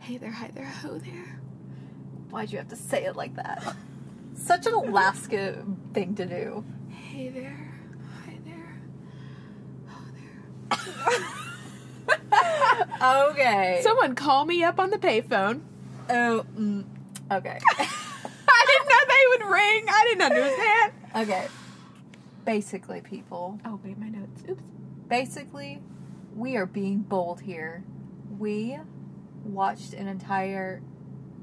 Hey there, hi there, ho there. Why'd you have to say it like that? Such an Alaska thing to do. Hey there, hi there, ho there. okay. So, Someone call me up on the payphone. oh, mm, okay. I didn't know they would ring. I didn't understand. okay. Basically, people, Oh, wait, my notes. Oops. basically, we are being bold here. We watched an entire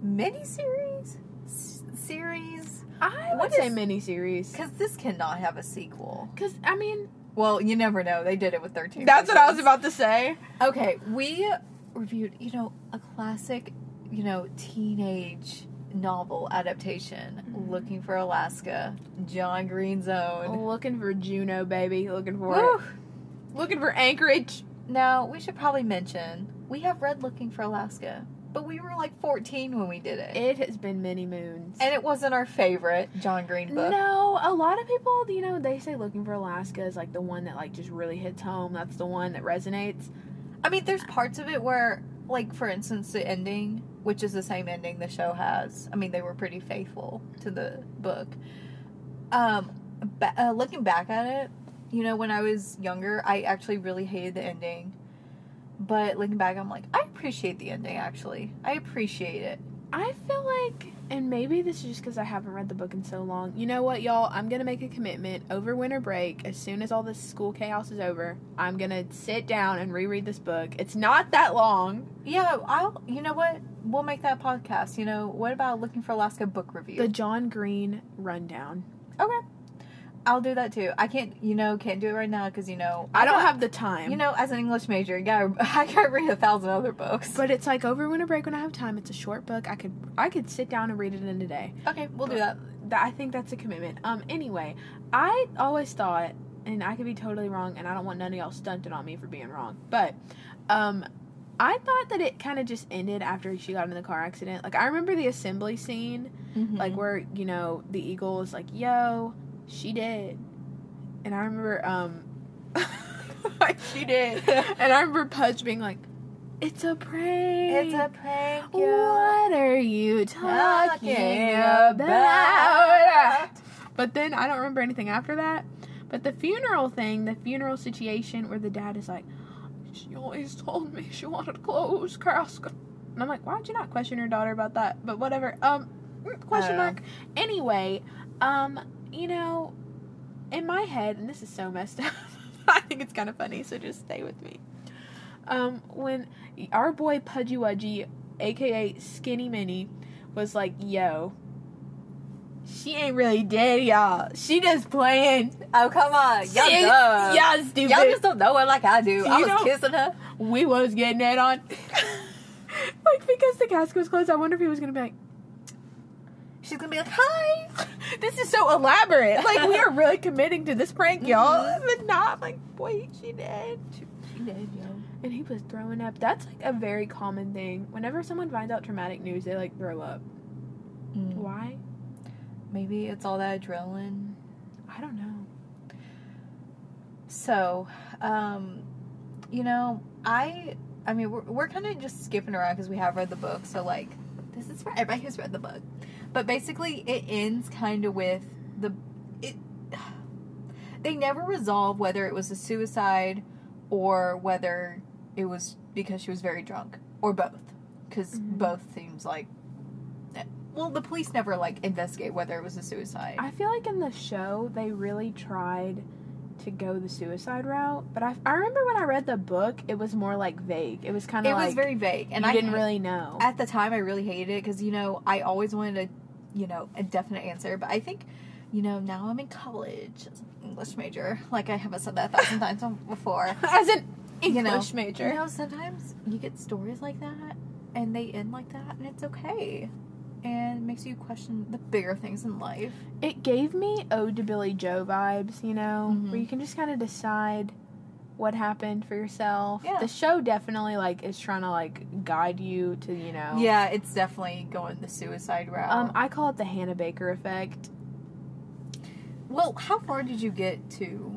miniseries? S- series? I What would say is- miniseries. Because this cannot have a sequel. Because, I mean, Well, you never know. They did it with 13. that's what I was reasons. about to say. Okay, we reviewed, you know, a classic, you know, teenage novel adaptation, Mhm. Looking for Alaska, John Green's own. Looking for Juno, baby. Looking for Woo! it. Looking for Anchorage. Now, we should probably mention we have read Looking for Alaska, but we were like 14 when we did it. It has been many moons. and it wasn't our favorite John Green book. No, a lot of people, you know, they say Looking for Alaska is like the one that like just really hits home. That's the one that resonates. I mean, there's parts of it where, like, for instance, the ending, which is the same ending the show has. I mean, they were pretty faithful to the book. Um, ba- uh, looking back at it, you know, when I was younger, I actually really hated the ending. But looking back, I'm like, I appreciate the ending. Actually, I appreciate it. I feel like, and maybe this is just because I haven't read the book in so long. You know what, y'all? I'm gonna make a commitment over winter break. As soon as all this school chaos is over, I'm gonna sit down and reread this book. It's not that long. Yeah, I'll. You know what? We'll make that podcast. You know, what about looking for Alaska book review? The John Green rundown. okay, I'll do that too. I can't. You know, can't do it right now because you know I don't have. have the time. You know, as an English major, yeah, I could read a thousand other books. but it's like over winter break when I have time. It's a short book. I could I could sit down and read it in a day. okay, we'll do that. that I think that's a commitment. Um. Anyway, I always thought, and I could be totally wrong, and I don't want none of y'all stunted on me for being wrong, but, um, I thought that it kind of just ended after she got in the car accident. Like I remember the assembly scene, like we're, where you know the eagle is like, "Yo, she did," and I remember, um, like she did, and I remember Pudge being like, "It's a prank." it's a prank. Yeah. What are you Talking talking about. about? But then I don't remember anything after that. But the funeral thing, the funeral situation where the dad is like, she always told me she wanted clothes, Krask. And I'm like, why'd you not question your daughter about that? But whatever. Um, mm, question know. mark. Anyway, um, you know, in my head, and this is so messed up. I think it's kind of funny, so just stay with me. Um, when our boy Pudgy Wudgy, aka Skinny Minnie, was like, yo, she ain't really dead, y'all. She just playing. Oh come on, y'all She- dumb. Y'all stupid. Y'all just don't know her like I do. Do I you was know- kissing her. we was getting that on. like, because the casket was closed, I wonder if he was going to be like, She's gonna be like, "Hi." this is so elaborate. Like, we are really committing to this prank, y'all. Mhm. But not, I'm like, boy, she did. She did, yo. And he was throwing up. That's like a very common thing. Whenever someone finds out traumatic news, they like throw up. Mm, Why? maybe it's all that adrenaline. I don't know. So, um, you know, I, I mean, we're, we're kind of just skipping around because we have read the book. So, like, this is for everybody who's read the book. But basically, it ends kind of with the, it, they never resolve whether it was a suicide or whether it was because she was very drunk or both. Because Mhm. both seems like, eh, well, the police never, like, investigate whether it was a suicide. I feel like in the show they really tried to go the suicide route, but I, I remember when I read the book, it was more like vague. It was kind it of was like very vague. And you I didn't really know. at the time i really hated it because you know i always wanted a you know a definite answer but i think you know now i'm in college as an english major like i haven't said that a thousand times before As an You know, English you major, know sometimes you get stories like that and they end like that and it's okay and it makes you question the bigger things in life it gave me Ode to Billy Joe vibes. You know, Mhm. where you can just kind of decide what happened for yourself. Yeah. The show definitely like is trying to like guide you to you know. yeah it's definitely going the suicide route Um, I call it the Hannah Baker effect. well how far did you get to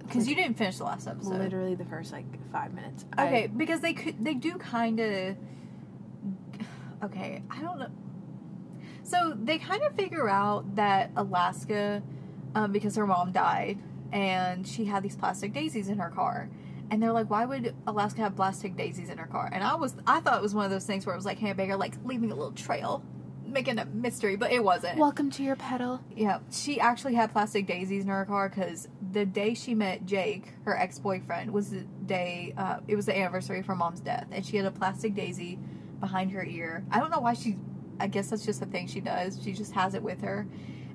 because you didn't finish the last episode Literally the first like five minutes. I- Okay, because they could they do kind of okay, I don't know. So they kind of figure out that Alaska, um, because her mom died and she had these plastic daisies in her car. And they're like, why would Alaska have plastic daisies in her car? And I was, I thought it was one of those things where it was like, hey, Baker, like leaving a little trail, making a mystery, but it wasn't. Welcome to your pedal. Yeah, she actually had plastic daisies in her car because the day she met Jake, her ex boyfriend, was the day, uh, it was the anniversary of her mom's death. And she had a plastic daisy behind her ear. I don't know why she, I guess that's just the thing she does. She just has it with her.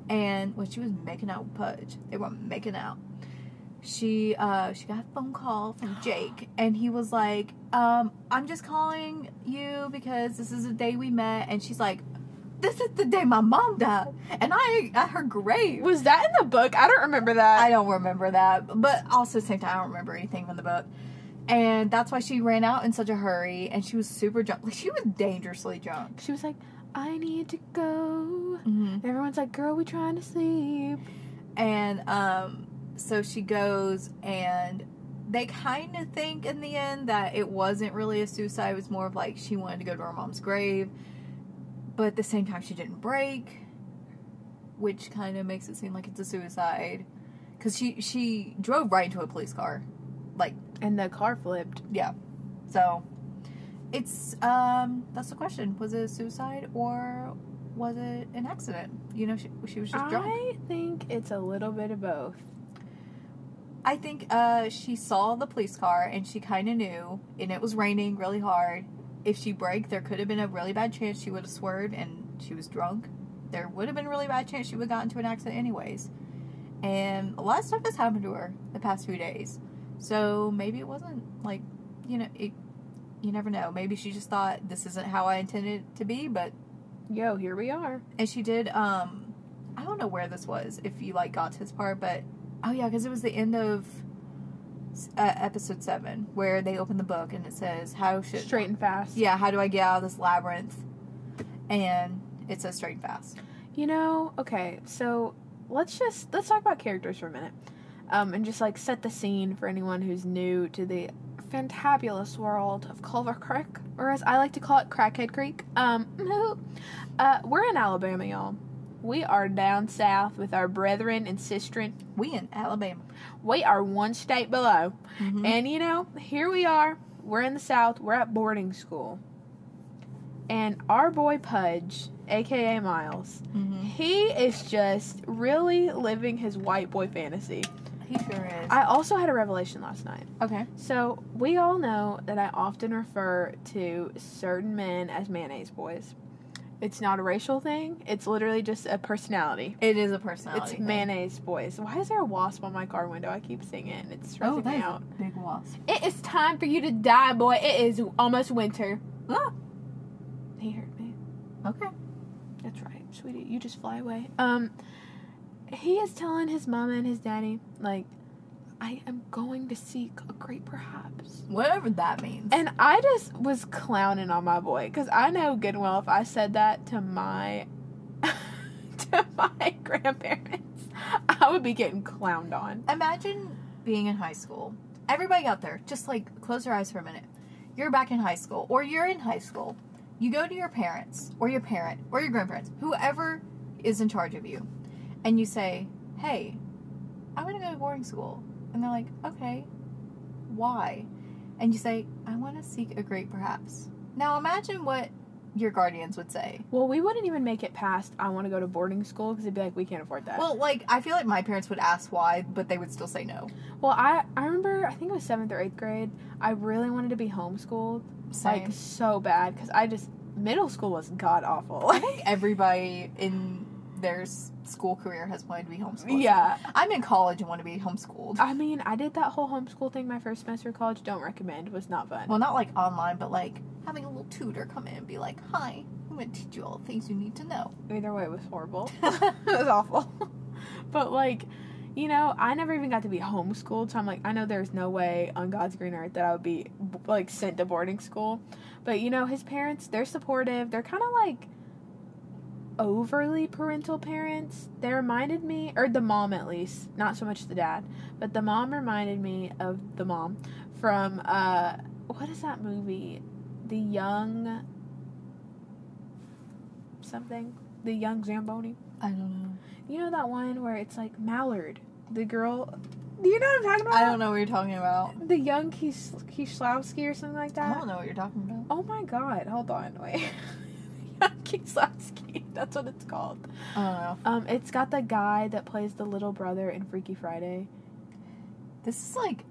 And when she was making out with Pudge, they were making out. She uh, she got a phone call from Jake, and he was like, um, "I'm just calling you because this is the day we met." And she's like, "This is the day my mom died, and I at her grave." Was that in the book? I don't remember that. I don't remember that, but also at the same time, I don't remember anything from the book. And that's why she ran out in such a hurry, and she was super drunk. Like she was dangerously drunk. she was like, I need to go. Everyone's like, girl, we trying to sleep. And um, so she goes, and they kind of think in the end that it wasn't really a suicide. It was more of like she wanted to go to her mom's grave, but at the same time, she didn't break, which kind of makes it seem like it's a suicide, because she she drove right into a police car, like And the car flipped. yeah. So it's um that's the question. Was it a suicide or was it an accident? You know, she, she was just drunk. I think it's a little bit of both. I think uh she saw the police car and she kind of knew and it was raining really hard. If she braked, there could have been a really bad chance she would have swerved and she was drunk. There would have been a really bad chance she would have gotten into an accident anyways. And a lot of stuff has happened to her the past few days. So maybe it wasn't like, you know, it you never know. Maybe she just thought this isn't how I intended it to be, but Yo, here we are. and she did um I don't know where this was if you like got to this part, but oh yeah, cuz it was the end of uh, episode 7 where they open the book and it says how should Straight and fast. Yeah, how do I get out of this labyrinth? And it says straight and fast. You know, okay, so let's just let's talk about characters for a minute. Um, and just like set the scene for anyone who's new to the fantabulous world of Culver Creek, or as I like to call it, Crackhead Creek. Um, uh, we're in Alabama, y'all. We are down south with our brethren and sistren. We in Alabama. We are one state below. Mhm. And you know, here we are. We're in the South. We're at boarding school. And our boy Pudge, aka Miles, Mhm. he is just really living his white boy fantasy. He sure is. I also had a revelation last night. okay. So, we all know that I often refer to certain men as mayonnaise boys. It's not a racial thing, it's literally just a personality. It is a personality. It's thing. mayonnaise boys. Why is there a wasp on my car window? I keep seeing it and it's Oh, stressing me that's out. a big wasp. It is time for you to die, boy. It is almost winter. Ah, He heard me. okay. That's right, sweetie. You just fly away. Um, he is telling his mama and his daddy, like, I am going to seek a great perhaps. Whatever that means. And I just was clowning on my boy because I know good and well if I said that to my to my grandparents, I would be getting clowned on. Imagine being in high school. Everybody out there, just like close your eyes for a minute. You're back in high school, or you're in high school. You go to your parents, or your parent, or your grandparents, whoever is in charge of you, and you say, Hey, I want to go to boarding school. And they're like, Okay, why? And you say, I want to seek a grade perhaps. Now imagine what your guardians would say. Well, we wouldn't even make it past. I want to go to boarding school because they'd be like, we can't afford that. Well, like, I feel like my parents would ask why, but they would still say no. Well, I I remember I think it was seventh or eighth grade. I really wanted to be homeschooled, like Same. so bad, because I just middle school was god awful. I think everybody in their s- school career has wanted to be homeschooled. yeah, I'm in college and want to be homeschooled. I mean, I did that whole homeschool thing my first semester of college. Don't recommend. Was not fun. Well, not like online, but like having a little tutor come in and be like, "Hi, I'm going to teach you all the things you need to know." Either way, it was horrible. it was awful. but like, you know, I never even got to be homeschooled, so I'm like, I know there's no way on God's green earth that I would be b- like sent to boarding school. But you know, his parents, they're supportive. They're kind of like overly parental parents. They reminded me, or the mom at least, not so much the dad, but the mom reminded me of the mom from uh, what is that movie? The Young. something? The young Zamboni. I don't know. You know that one where it's like Mallard, the girl. Do you know what I'm talking about? I don't know what you're talking about. The young Kies- Kieślowski or something like I that. don't know what you're talking about. Oh my god! Hold on, wait. young Kieślowski. That's what it's called. I don't know. Um, it's got the guy that plays the little brother in Freaky Friday. This is like,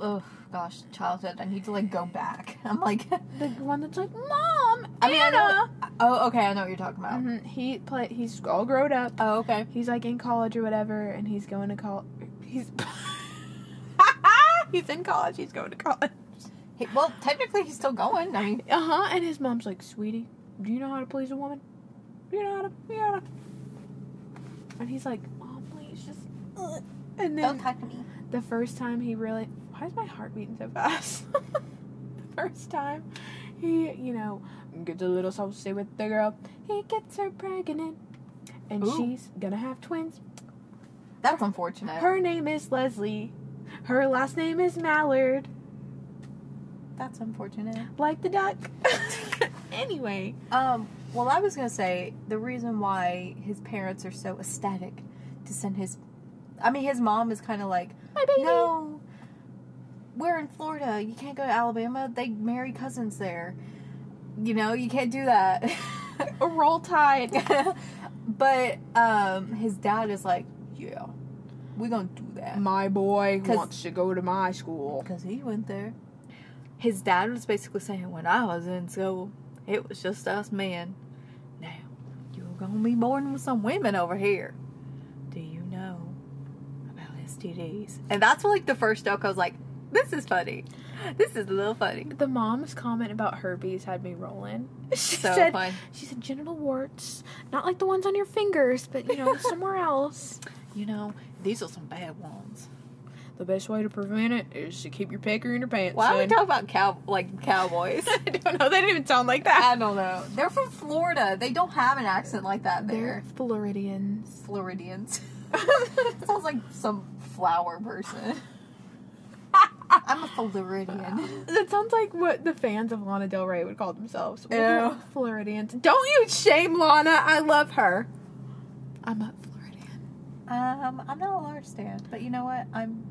oh gosh, childhood. I need to like go back. I'm like, The one that's like, Mom, I mean, I know- Anna. oh okay, I know what you're talking about. Mhm, He play. He's all grown up. Um, Oh okay. He's like in college or whatever, and he's going to call. He's he's in college. He's going to college. He, well, technically he's still going. I mean, Uh huh. And his mom's like, "Sweetie, do you know how to please a woman? Do you know how to? You know how to-" And he's like, "Mom, please just." uh." And don't then talk to me. the first time he really, why is my heart beating so fast? the first time he, you know, gets a little saucy with the girl. He gets her pregnant, and Ooh. Uh. she's gonna have twins. That's unfortunate. Her name is Leslie. Her last name is Mallard, That's unfortunate. like the duck. anyway, Um, well, I was gonna say the reason why his parents are so ecstatic to send his, I mean, his mom is kind of like, my baby. no, we're in Florida. You can't go to Alabama. They marry cousins there. You know, you can't do that. Roll Tide. but um, his dad is like, yeah, we're gonna do that My boy 'Cause- wants to go to my school. because he went there. His dad was basically saying, when I was in school, it was just us men. Now you're gonna be born with some women over here. Do you know about STDs? And that's like the first joke. I was like, this is funny. This is a little funny. The mom's comment about herpes had me rolling. She So said, fun. "She said genital warts, not like the ones on your fingers, but you know somewhere else." You know, these are some bad ones. The best way to prevent it is to keep your pecker in your pants. Why are we son. talking about cow like cowboys? I don't know. They didn't even sound like that. I don't know. They're from Florida. They don't have an accent like that They're there. Floridians. Floridians. Sounds like some flower person. I'm a Floridian. That sounds like what the fans of Lana Del Rey would call themselves. Ew. We're Floridians. Don't you shame Lana. I love her. I'm a Floridian. Um, I'm not a Laura stan, but you know what? I'm.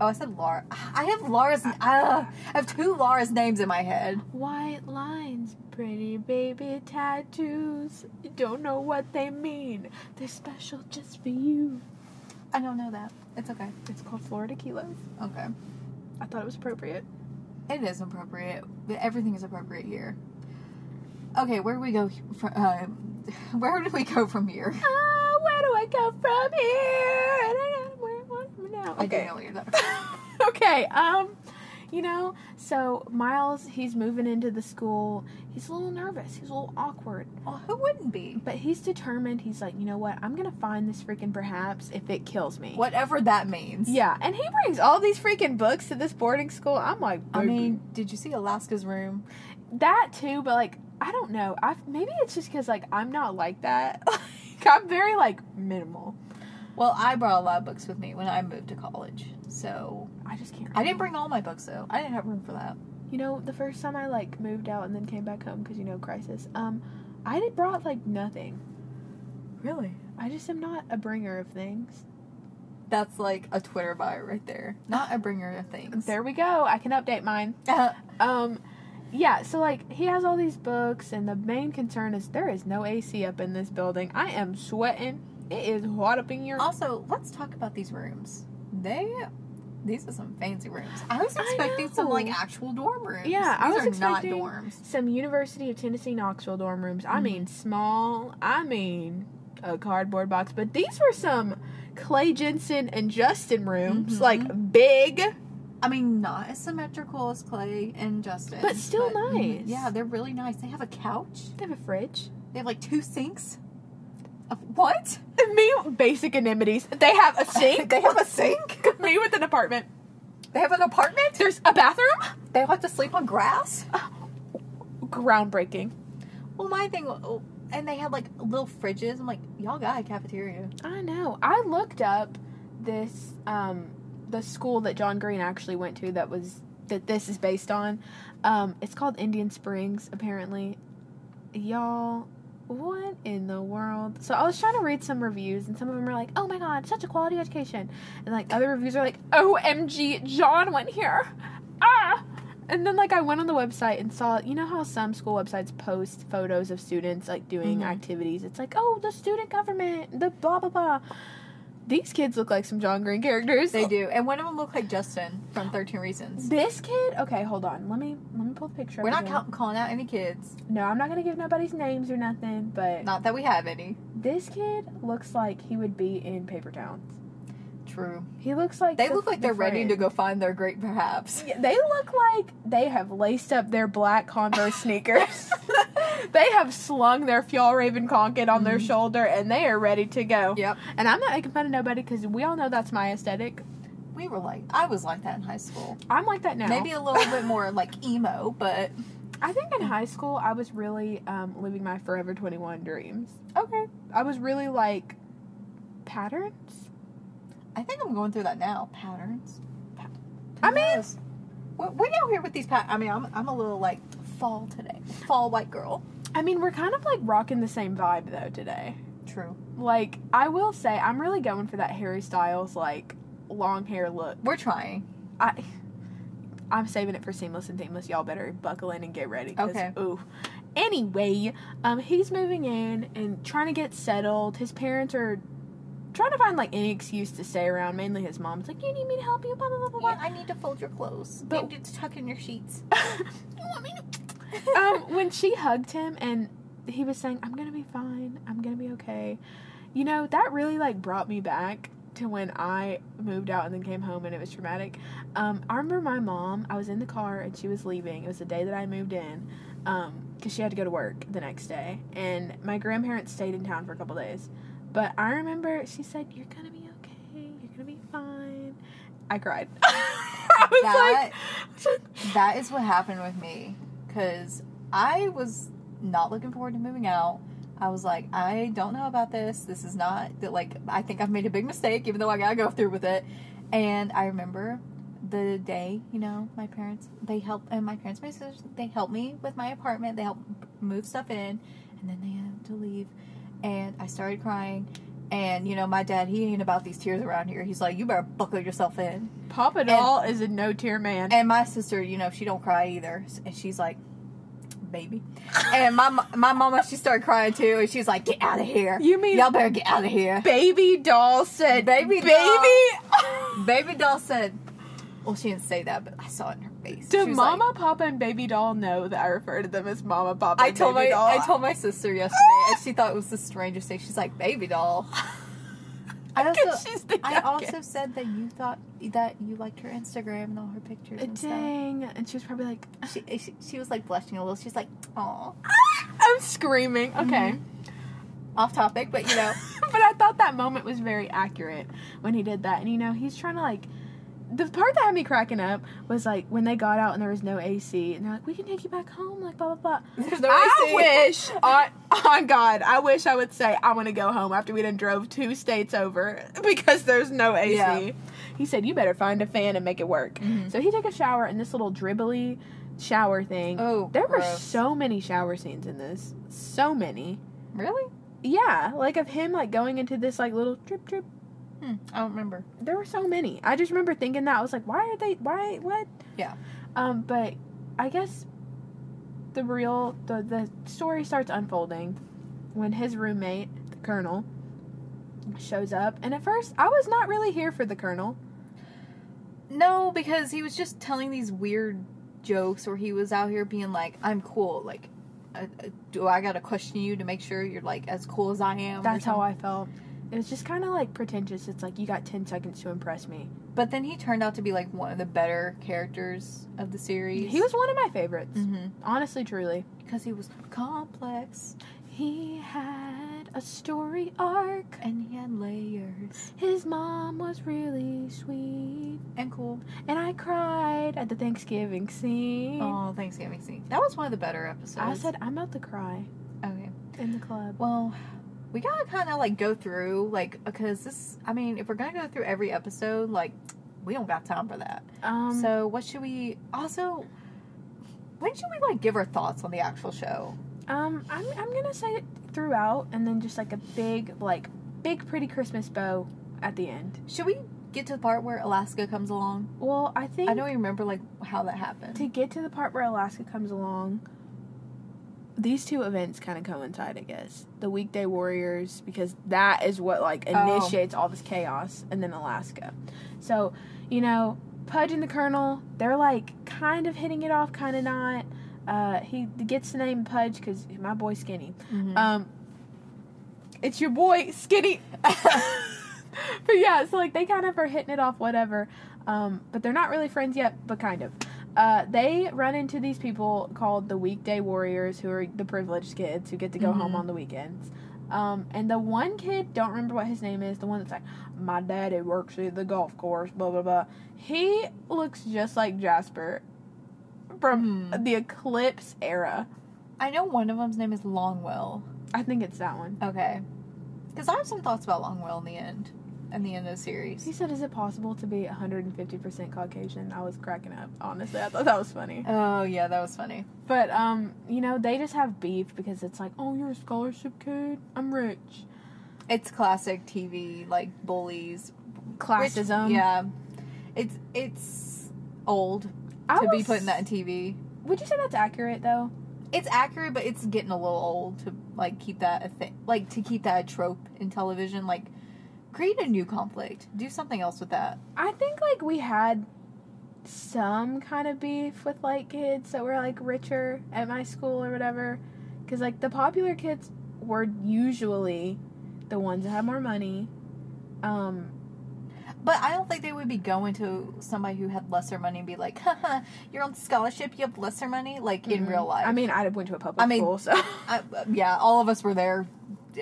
Oh, I said Laura. I have Laura's. Uh, I have two Laura's names in my head. White lines, pretty baby tattoos. Don't know what they mean. They're special just for you. I don't know that. It's okay. It's called Florida Kilos. Okay. I thought it was appropriate. It is appropriate. Everything is appropriate here. Okay, where do we go? From, uh, where do we go from here? Oh, where do I go from here? And I gotta- where- what- no. I do Okay. know what you're talking okay, um, you know, so Miles, he's moving into the school. He's a little nervous. He's a little awkward, Well, who wouldn't be? but he's determined. He's like, you know what? I'm gonna find this freaking perhaps if it kills me. Whatever that means. Yeah, and he brings all these freaking books to this boarding school. I'm like, I mean, did you see Alaska's room? that too, but like, I don't know. I maybe it's just because like I'm not like that. like, I'm very like minimal. Well, I brought a lot of books with me when I moved to college. So I just can't. I didn't bring all my books though. I didn't have room for that. You know, the first time I like moved out and then came back home because you know crisis. Um, I did brought like nothing. Really? I just am not a bringer of things. That's like a Twitter bio right there. Not a bringer of things. There we go. I can update mine. Uh, Um, yeah. So like, he has all these books, and the main concern is there is no AC up in this building. I am sweating. It is hot up in your. also, let's talk about these rooms. They, these are some fancy rooms. I was I expecting some like know. actual dorm rooms. Yeah, I these was are expecting- not dorms. Some University of Tennessee Knoxville dorm rooms. I Mhm. mean, small. I mean, a cardboard box. But these were some Clay Jensen and Justin rooms, Mhm. like big. I mean, not as symmetrical as Clay and Justin, But still nice. Yeah, they're really nice. They have a couch. They have a fridge. They have like two sinks. Uh, What? Me, basic amenities. They have a sink. They have a sink? Me with an apartment. They have an apartment? There's a bathroom. They have to sleep on grass? groundbreaking. Well, my thing, oh, and they had like little fridges. I'm like, y'all got a cafeteria. I know. I looked up this um the school that John Green actually went to that was that this is based on. Um it's called Indian Springs apparently. Y'all, what in the world? So I was trying to read some reviews, and some of them are like, oh my god, such a quality education. And like other reviews are like, OMG, John went here. Ah! And then like I went on the website and saw, you know how some school websites post photos of students like doing Mhm. activities? It's like, oh, the student government, the blah, blah, blah. These kids look like some John Green characters. They do. And one of them looked like Justin from 13 Reasons. This kid? Okay, hold on. Let me let me pull the picture. up We're not again. cal- calling out any kids. No, I'm not gonna give nobody's names or nothing. But Not that we have any. this kid looks like he would be in Paper Towns. True. He looks like They the- look like the they're ready to friend. go find their great perhaps. Yeah, They look like they have laced up their black Converse sneakers. they have slung their Fjall Raven conket on their Mhm. shoulder, and they are ready to go. Yep. And I'm not making fun of nobody because we all know that's my aesthetic. We were like, I was like that in high school. I'm like that now. Maybe a little bit more like emo, but I think in high school I was really um, living my Forever 21 dreams. okay. I was really like patterns. I think I'm going through that now. Patterns. Pa- I mean- knows? we, we out here with these patterns. I mean, I'm, I'm a little like fall today. Fall white girl. I mean, we're kind of like rocking the same vibe though today. True. Like, I will say, I'm really going for that Harry Styles like long hair look. We're trying. I, I'm saving it for seamless and themeless. Y'all better buckle in and get ready. 'cause, Okay. Ooh. Anyway, um, he's moving in and trying to get settled. His parents are trying to find like any excuse to stay around. Mainly his mom's like, "You need me to help you." Blah blah blah blah. blah. Yeah, I need to fold your clothes. But- But you need to tuck in your sheets. You want me to? um, when she hugged him and he was saying, "I'm gonna be fine. I'm gonna be okay," you know, that really like brought me back to when I moved out and then came home and it was traumatic. Um, I remember my mom. I was in the car and she was leaving. It was the day that I moved in, um, because she had to go to work the next day, and my grandparents stayed in town for a couple days. But I remember she said, "You're gonna be okay. You're gonna be fine." I cried. I was that like, that is what happened with me because I was not looking forward to moving out. I was like, I don't know about this. This is not that. Like, I think I've made a big mistake, even though I gotta go through with it. And I remember the day, you know, my parents they help and my parents, my sisters, they help me with my apartment. They help move stuff in, and then they had to leave, and I started crying. And you know, my dad, he ain't about these tears around here. He's like, you better buckle yourself in. Papa Doll is a no tear man. And my sister, you know, she don't cry either, and she's like, "Baby." And my mo- my mama, she started crying too, and she's like, "Get out of here! You mean- y'all better get out of here." baby doll said, Baby baby. Baby doll said, "Well, she didn't say that, but I saw it in her face." Do She was Mama, like- Papa, and Baby Doll know that I refer to them as Mama, Papa, I and told my Baby Doll? I told my sister yesterday, and she thought it was the strangest thing. She's like, "Baby doll." I Because also she's the I youngest. also said that you thought that you liked her Instagram and all her pictures and stuff. Dang. And she was probably like, She, she she was like blushing a little. She's like, "Aw." I'm screaming. Mm-hmm. Okay. Off topic, but you know. but I thought that moment was very accurate when he did that. And you know, he's trying to like the part that had me cracking up was like when they got out and there was no AC and they're like, We can take you back home, like blah blah blah. There's no I AC. wish on on God, I wish I would say I wanna go home after we done drove two states over because there's no AC. Yeah. He said, You better find a fan and make it work. Mhm. So he took a shower in this little dribbly shower thing. Oh, there were gross. so many shower scenes in this. So many. Really? Yeah, like of him like going into this like little drip drip. Hmm, I don't remember. There were so many. I just remember thinking that I was like, why are they? Why what? Yeah. Um, but I guess the real the the story starts unfolding when his roommate, the colonel, shows up. And at first, I was not really here for the colonel. No, because he was just telling these weird jokes where he was out here being like, I'm cool. Like, uh, uh, do I gotta question you to make sure you're like as cool as I am? or That's how something? I felt. It was just kind of like pretentious. It's like you got ten seconds to impress me. But then he turned out to be like one of the better characters of the series. He was one of my favorites, Mm-hmm. honestly, truly. Because he was complex He had a story arc. and he had layers His mom was really sweet, and cool. and I cried at the Thanksgiving scene. Oh, Thanksgiving scene. That was one of the better episodes. I said, I'm about to cry okay. in the club. Well, we gotta kind of like go through, like, because this, I mean, if we're gonna go through every episode, like, we don't got time for that. Um, so, what should we also, when should we like give our thoughts on the actual show? um, I'm, I'm gonna say throughout, and then just like a big, like big, pretty Christmas bow at the end. Should we get to the part where Alaska comes along? Well, I think I don't even remember like how that happened. to get to the part where Alaska comes along, these two events kind of coincide, I guess. The weekday warriors, because that is what like Oh. initiates all this chaos, and then Alaska. So, you know, Pudge and the Colonel, they're like kind of hitting it off, kind of not. Uh, he gets the name Pudge because my boy Skinny. Mhm. Um, it's your boy Skinny. but yeah, so like they kind of are hitting it off, whatever. Um, but they're not really friends yet, but kind of. Uh, they run into these people called the weekday warriors, who are the privileged kids who get to go home Mhm. on the weekends. Um, and the one kid, don't remember what his name is, the one that's like, my daddy works at the golf course, blah blah blah. He looks just like Jasper from Hmm. the Eclipse era. I know one of them's name is Longwell. I think it's that one. Okay. Because I have some thoughts about Longwell in the end, in the end of the series. He said, "Is it possible to be 150% Caucasian?" I was cracking up. Honestly, I thought that was funny. Oh yeah, that was funny. But um, you know, they just have beef because it's like, "Oh, you're a scholarship kid. I'm rich." It's classic TV like bullies. Which- Classism. yeah. It's it's old to I be was- putting that in TV. Would you say that's accurate though? It's accurate, but it's getting a little old to like keep that a thing, like to keep that a trope in television. Like, create a new conflict. Do something else with that. I think like we had some kind of beef with like kids that were like richer at my school or whatever, because like the popular kids were usually the ones that had more money. Um, But I don't think they would be going to somebody who had lesser money and be like, Haha, "You're on scholarship. You have lesser money." Like in real life. Mm-hmm. I mean, I went to a public I mean- school, so. I, yeah, all of us were there.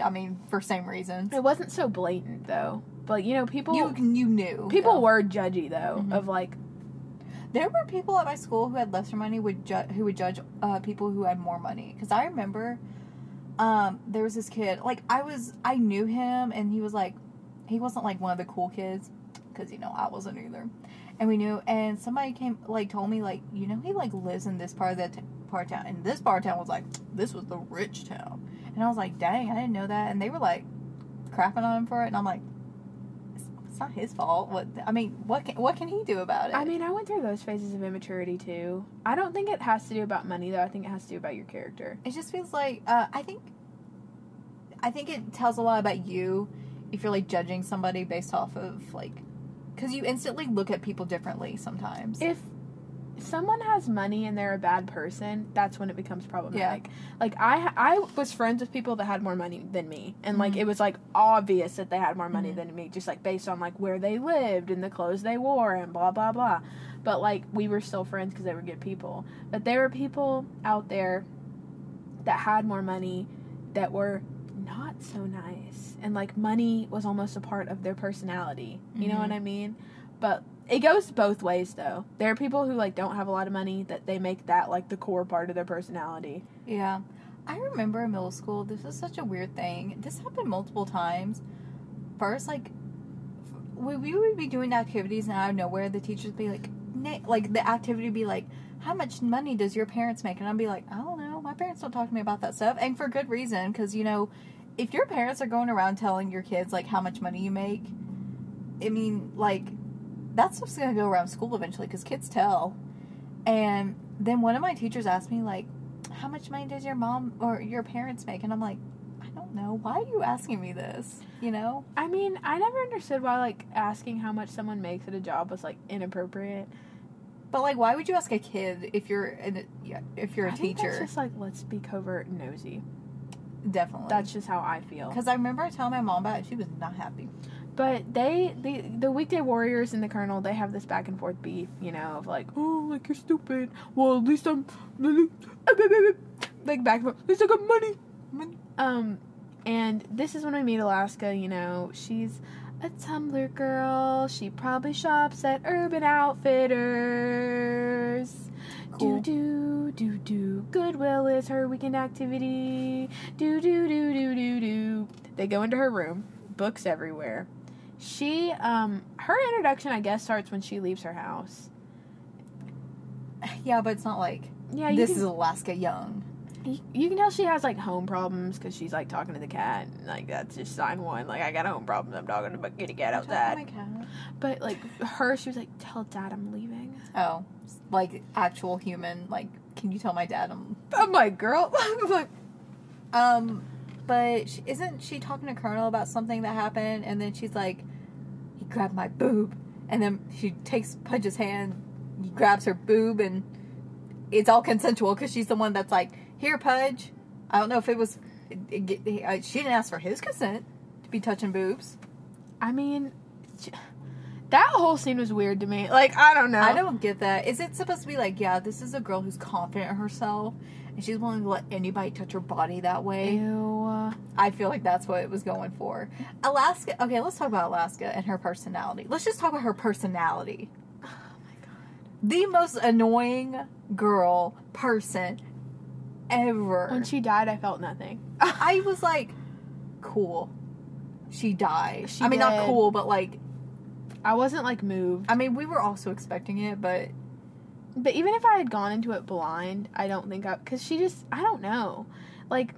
I mean, for same reasons. It wasn't so blatant though. But you Mm-hmm. know, people You you knew people though. were judgy though Mhm. of like There were people at my school who had lesser money would ju- who would judge uh, people who had more money. Because I remember, um, there was this kid. Like I was, I knew him, and he was like, he wasn't like one of the cool kids, because you know I wasn't either. And we knew, and somebody came like told me like, you know, he like lives in this part of that t- part of town, and this part of town was like, this was the rich town, and I was like, dang, I didn't know that. And they were like, crapping on him for it, and I'm like. "It's- It's not his fault. What I mean, what can what can he do about it? I mean, I went through those phases of immaturity too. I don't think it has to do about money though. I think it has to do about your character. it just feels like uh, I think I think it tells a lot about you if you're like judging somebody based off of like because you instantly look at people differently sometimes. If someone has money and they're a bad person, that's when it becomes problematic. Like I ha- I was friends with people that had more money than me and like Mhm. it was like obvious that they had more money Mhm. than me just like based on like where they lived and the clothes they wore and blah blah blah. But like we were still friends cuz they were good people. But there were people out there that had more money that were not so nice. And like money was almost a part of their personality. You know Mhm. what I mean? But it goes both ways though. There are people who like don't have a lot of money that they make that like the core part of their personality. Yeah. I remember in middle school, this is such a weird thing. This happened multiple times. First, like, f- we, we would be doing activities, and out of nowhere, the teachers would be like, "Na- like, the activity would be like, how much money does your parents make? And I'd be like, I don't know. My parents don't talk to me about that stuff. And for good reason, because, you know, if your parents are going around telling your kids, like, how much money you make, I mean, like, that stuff's going to go around school eventually, because kids tell. And then one of my teachers asked me, like, how much money does your mom or your parents make? And I'm like, I don't know. Why are you asking me this? You know? I mean, I never understood why like asking how much someone makes at a job was like inappropriate. But like, why would you ask a kid if you're an yeah, if you're a I think teacher? that's just like let's be covert and nosy. Definitely. That's just how I feel. because I remember telling my mom about it. She was not happy. But they, the the weekday warriors and the colonel, they have this back and forth beef, you know, of like, oh, like you're stupid. Well, at least I'm, like back and forth. At least I got money. money. Um, and this is when we meet Alaska. You know, she's a Tumblr girl. She probably shops at Urban Outfitters. Cool. Do do do do. Goodwill is her weekend activity. Do do do do do do. They go into her room. Books everywhere. She um her introduction I guess starts when she leaves her house. Yeah, but it's not like Yeah, you this can- is Alaska Young. y- you can tell she has like home problems because she's like talking to the cat. And, like that's just sign one. Like I got home problems. I'm talking to a kitty cat outside. But like her, she was like, "Tell dad I'm leaving." Oh, like actual human. Like, can you tell my dad I'm. I'm like, "Girl, I'm like, Um, but she, isn't she talking to Colonel about something that happened? And then she's like, he grabbed my boob. And then she takes Pudge's hand, he grabs her boob, and it's all consensual because she's the one that's like, here, Pudge. I don't know if it was. It, it, get- uh, she didn't ask for his consent to be touching boobs. I mean, j- that whole scene was weird to me. Like I don't know. I don't get that. Is it supposed to be like, yeah, this is a girl who's confident in herself and she's willing to let anybody touch her body that way? Ew. I feel like that's what it was going for. Alaska. Okay, let's talk about Alaska and her personality. Let's just talk about her personality. Oh my god. The most annoying girl person ever. When she died, I felt nothing. I was like, cool. She died. She I mean, not did. cool, but like, I wasn't like moved. I mean, we were also expecting it, but But even if I had gone into it blind, I don't think I because she just I don't know, like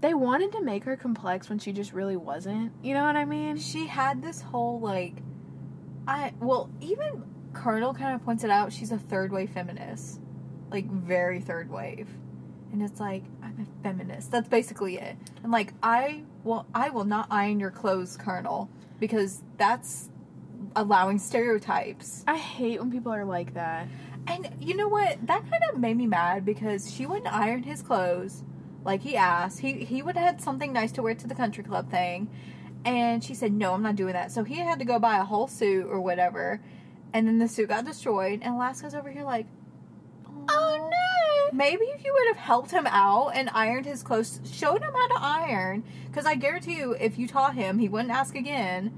they wanted to make her complex when she just really wasn't. You know what I mean? she had this whole like, I well, even Colonel kind of pointed out she's a third wave feminist, like very third wave, and it's like I'm a feminist. That's basically it. And like I will, I will not iron your clothes, Colonel, because that's allowing stereotypes. I hate when people are like that. And you know what? That kind of made me mad because she wouldn't iron his clothes like he asked. He he would have had something nice to wear to the country club thing. And she said, No, I'm not doing that. So he had to go buy a whole suit or whatever. And then the suit got destroyed. And Alaska's over here like, Oh no! Maybe if you would have helped him out and ironed his clothes, showed him how to iron, because I guarantee you, if you taught him, he wouldn't ask again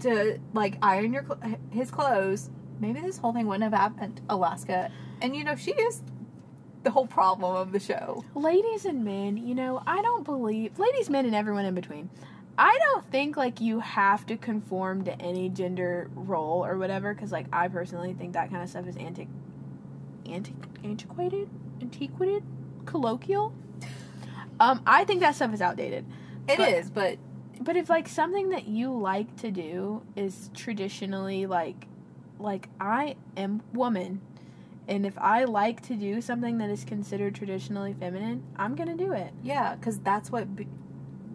to like iron your cl- his clothes. Maybe this whole thing wouldn't have happened, Alaska. And you know, she is the whole problem of the show. Ladies and men, you know I don't believe ladies, men, and everyone in between. I don't think like you have to conform to any gender role or whatever because like I personally think that kind of stuff is anti, anti, antiquated, antiquated, colloquial. Um, I think that stuff is outdated. It is, But- but But if like something that you like to do is traditionally like like I am woman and if I like to do something that is considered traditionally feminine, I'm going to do it. yeah, because that's what be-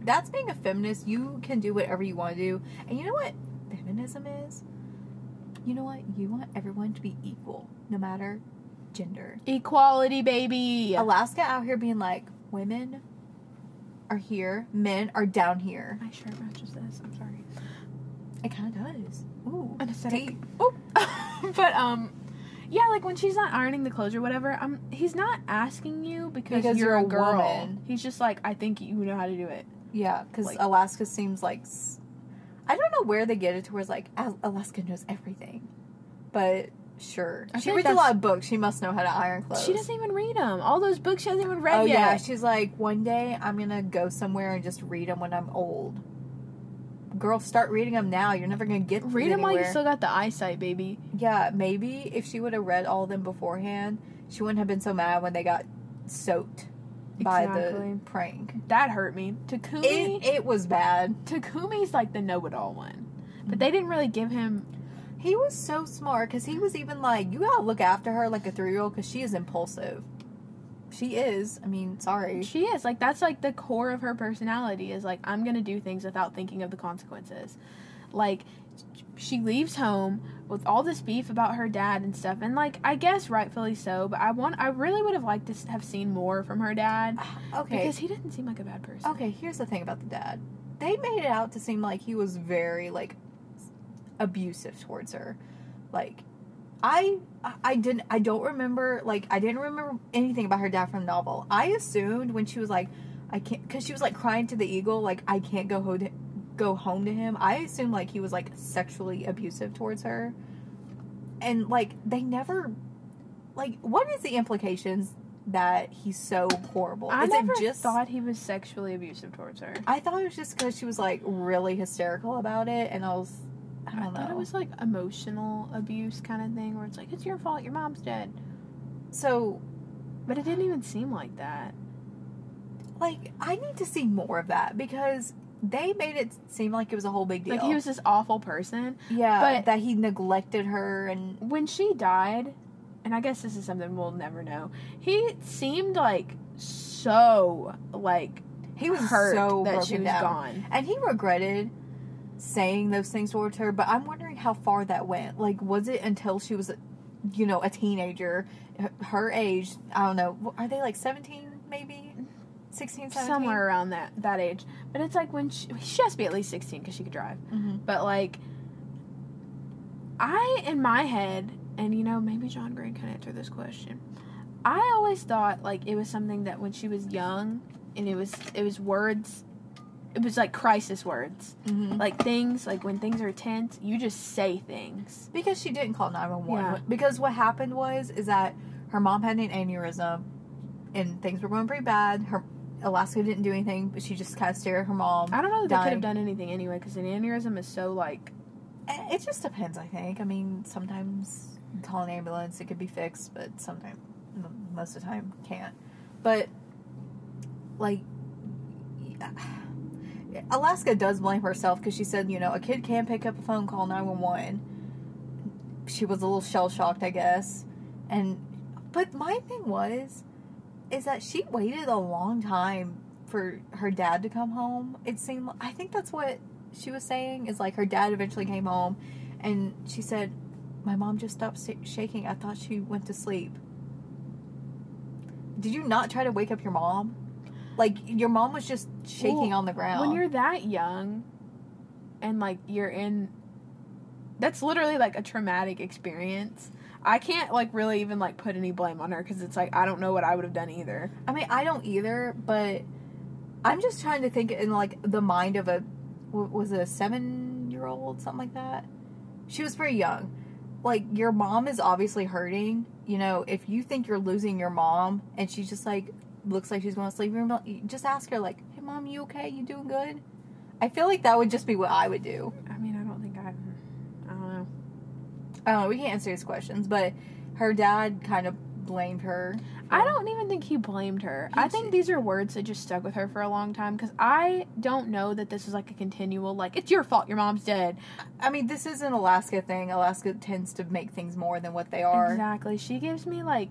that's being a feminist. You can do whatever you want to do, and you know what feminism is. You know what? You want everyone to be equal, no matter gender. Equality baby. Alaska out here being like, women are here, men are down here. My shirt matches this. I'm sorry. It kind of does. Ooh, Anesthetic. deep. Oh. but um yeah, like when she's not ironing the clothes or whatever, um he's not asking you because, Because you're, you're a, a girl. woman. He's just like, I think you know how to do it. Yeah, because Like- Alaska seems like s- I don't know where they get it to where it's like Al- Alaska knows everything, but sure, I she feel reads like that's- a lot of books. She must know how to iron clothes. She doesn't even read them. All those books she hasn't even read Oh yet. yeah, she's like, one day I'm gonna go somewhere and just read them when I'm old. Girl, start reading them now. You're never gonna get Read them anywhere. while you still got the eyesight, baby. Yeah, maybe if she would have read all of them beforehand, she wouldn't have been so mad when they got soaked by the Exactly. Mm-hmm. prank. That hurt me. Takumi, It, it was bad. Takumi's like the know-it-all one, but they didn't really give him. He was so smart because he was even like, you gotta look after her like a three year old because she is impulsive. She is. I mean, sorry. She is like that's like the core of her personality is like I'm gonna do things without thinking of the consequences. Like she leaves home with all this beef about her dad and stuff, and like I guess rightfully so. But I want I really would have liked to s- have seen more from her dad Okay. because he didn't seem like a bad person. okay, here's the thing about the dad. They made it out to seem like he was very like abusive towards her. Like I I- I didn't I don't remember like I didn't remember anything about her dad from the novel. I assumed when she was like I can't cuz she was like crying to the eagle like I can't go home to, go home to him. I assumed like he was like sexually abusive towards her. And like they never like what is the implications that he's so horrible? I Oh, is never it just thought he was sexually abusive towards her. I thought it was just because she was like really hysterical about it, and I was, I I don't know. thought it was like emotional abuse kind of thing where it's like, it's your fault, your mom's dead. so But it didn't even seem like that. like I need to see more of that because they made it seem like it was a whole big deal. Like he was this awful person. yeah, but- that he neglected her and When she died, and I guess this is something we'll never know, he seemed like so like he was hurt so that she broken was down. gone. and he regretted saying those things towards her. But I'm wondering how far that went. Like, was it until she was, you know, a teenager, h- her age? I don't know. Are they like 17, maybe 16, 17? Somewhere around that that age, but it's like when she, she has to be at least sixteen because she could drive. hmm But like, I in my head, and you know, maybe John Green can answer this question. I always thought like it was something that when she was young, and it was it was words, it was like crisis words, hmm like things like when things are tense, you just say things. Because she didn't call nine one one. Yeah. Because what happened was is that her mom had an aneurysm, and things were going pretty bad. Her Alaska didn't do anything, but she just kind of stared at her mom. I don't know that they could Dying. have done anything anyway because an aneurysm is so like Eh, It just depends, I think. I mean, sometimes you call an ambulance, it could be fixed, but sometimes, most of the time, can't. But, like, yeah. Alaska does blame herself because she said, you know, a kid can pick up a phone, call 911. She was a little shell shocked, I guess. And, but my thing was, is that she waited a long time for her dad to come home. It seemed, I think that's what she was saying is like her dad eventually came home and she said my mom just stopped sh- shaking i thought she went to sleep did you not try to wake up your mom like your mom was just shaking Well, on the ground when you're that young, and like you're in. That's literally like a traumatic experience. I can't like really even like put any blame on her because it's like I don't know what I would have done either. i mean i don't either but i'm just trying to think in like the mind of a wa- was it a seven year old something like that she was pretty young like your mom is obviously hurting you know if you think you're losing your mom and she's just like looks like she's going to sleep you're not- you just ask her like hey mom you okay you doing good i feel like that would just be what i would do I mean, I don't think I. I don't know. i don't know we can't answer these questions but her dad kind of blamed her I don't even think he blamed her. I He think did. these are words that just stuck with her for a long time because I don't know that this was like a continual like it's your fault your mom's dead. i mean this is an alaska thing alaska tends to make things more than what they are Exactly. She gives me like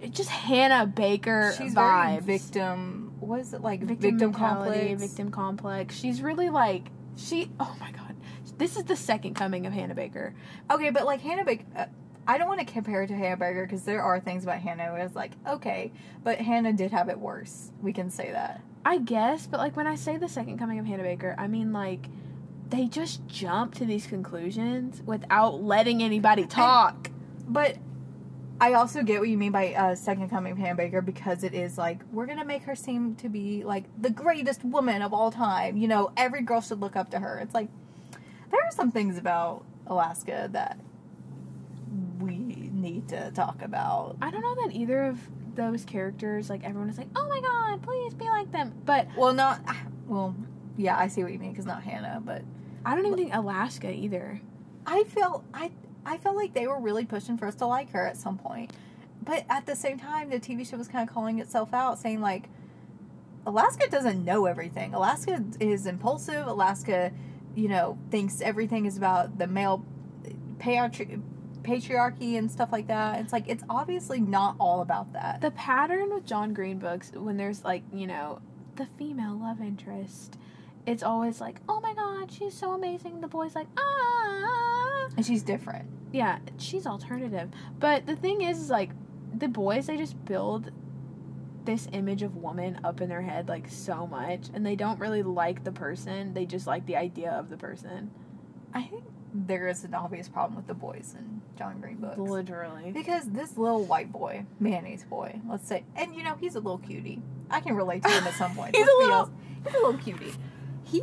it just Hannah Baker she's very vibes. victim what is it like victim, victim, mentality, complex victim complex. She's really like she. Oh my god, this is the second coming of Hannah Baker. Okay, but like Hannah Baker, uh, I don't want to compare it to Hannah Baker because there are things about Hannah where it's like, okay, but Hannah did have it worse. We can say that. I guess, but like when I say the second coming of Hannah Baker, I mean like they just jump to these conclusions without letting anybody talk. But I also get what you mean by uh, second coming of Hannah Baker because it is like, we're going to make her seem to be like the greatest woman of all time. You know, every girl should look up to her. It's like, there are some things about Alaska that we need to talk about. I don't know that either of those characters like everyone is like, oh my god, please be like them. But Well, not, well, yeah, I see what you mean because not Hannah, but. I don't even think Alaska either. I feel I I felt like they were really pushing for us to like her at some point. But at the same time, the TV show was kind of calling itself out, saying like, Alaska doesn't know everything. Alaska is impulsive. Alaska, you know, thinks everything is about the male patri- patriarchy and stuff like that. It's like it's obviously not all about that. The pattern with John Green books when there's like, you know, the female love interest, it's always like, oh my god, she's so amazing. The boy's like, ah. And she's different. Yeah, she's alternative. But the thing is, is like, the boys, they just build this image of woman up in their head like so much and they don't really like the person they just like the idea of the person I think there is an obvious problem with the boys in John Green books. literally Because this little white boy, mayonnaise boy, let's say, and you know he's a little cutie. I can relate to him at some point. He's Let's a be little- honest. he's a little cutie. He,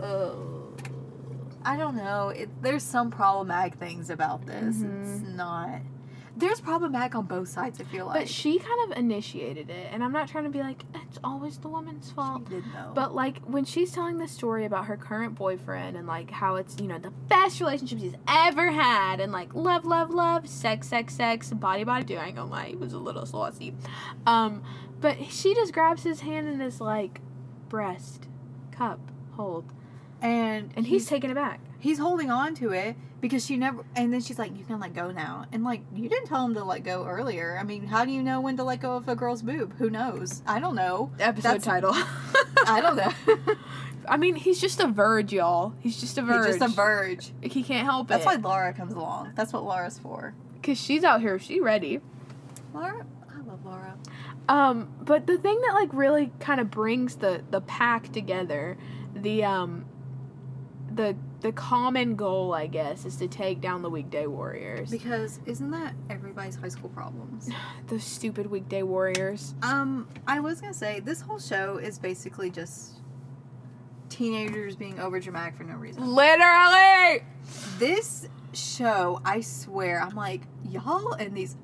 oh, Mm-hmm. I don't know. It, there's some problematic things about this. It's not. there's problematic on both sides. I feel like. But she kind of initiated it, and I'm not trying to be like it's always the woman's fault. She did though. But like when she's telling the story about her current boyfriend and like how it's you know the best relationship she's ever had and like love love love sex sex sex body body do I ain't gonna lie it was a little saucy, um, but she just grabs his hand and is like, breast, cup, hold, and and he's, taken aback. he's holding on to it because she never and then she's like you can let go now and like you didn't tell him to let go earlier i mean how do you know when to let go of a girl's boob who knows i don't know Episode That's- title. i don't know I mean, he's just a verge, y'all. He's just a verge. He's just a verge He can't help that's it. why laura comes along that's what laura's for Cause she's out here, she ready. laura i love laura Um, but the thing that like really kind of brings the the pack together, the um, the the common goal, I guess, is to take down the weekday warriors. because isn't that everybody's high school problems Those stupid weekday warriors. um i was gonna say this whole show is basically just teenagers being over dramatic for no reason Literally. this show, I swear, I'm like, y'all in these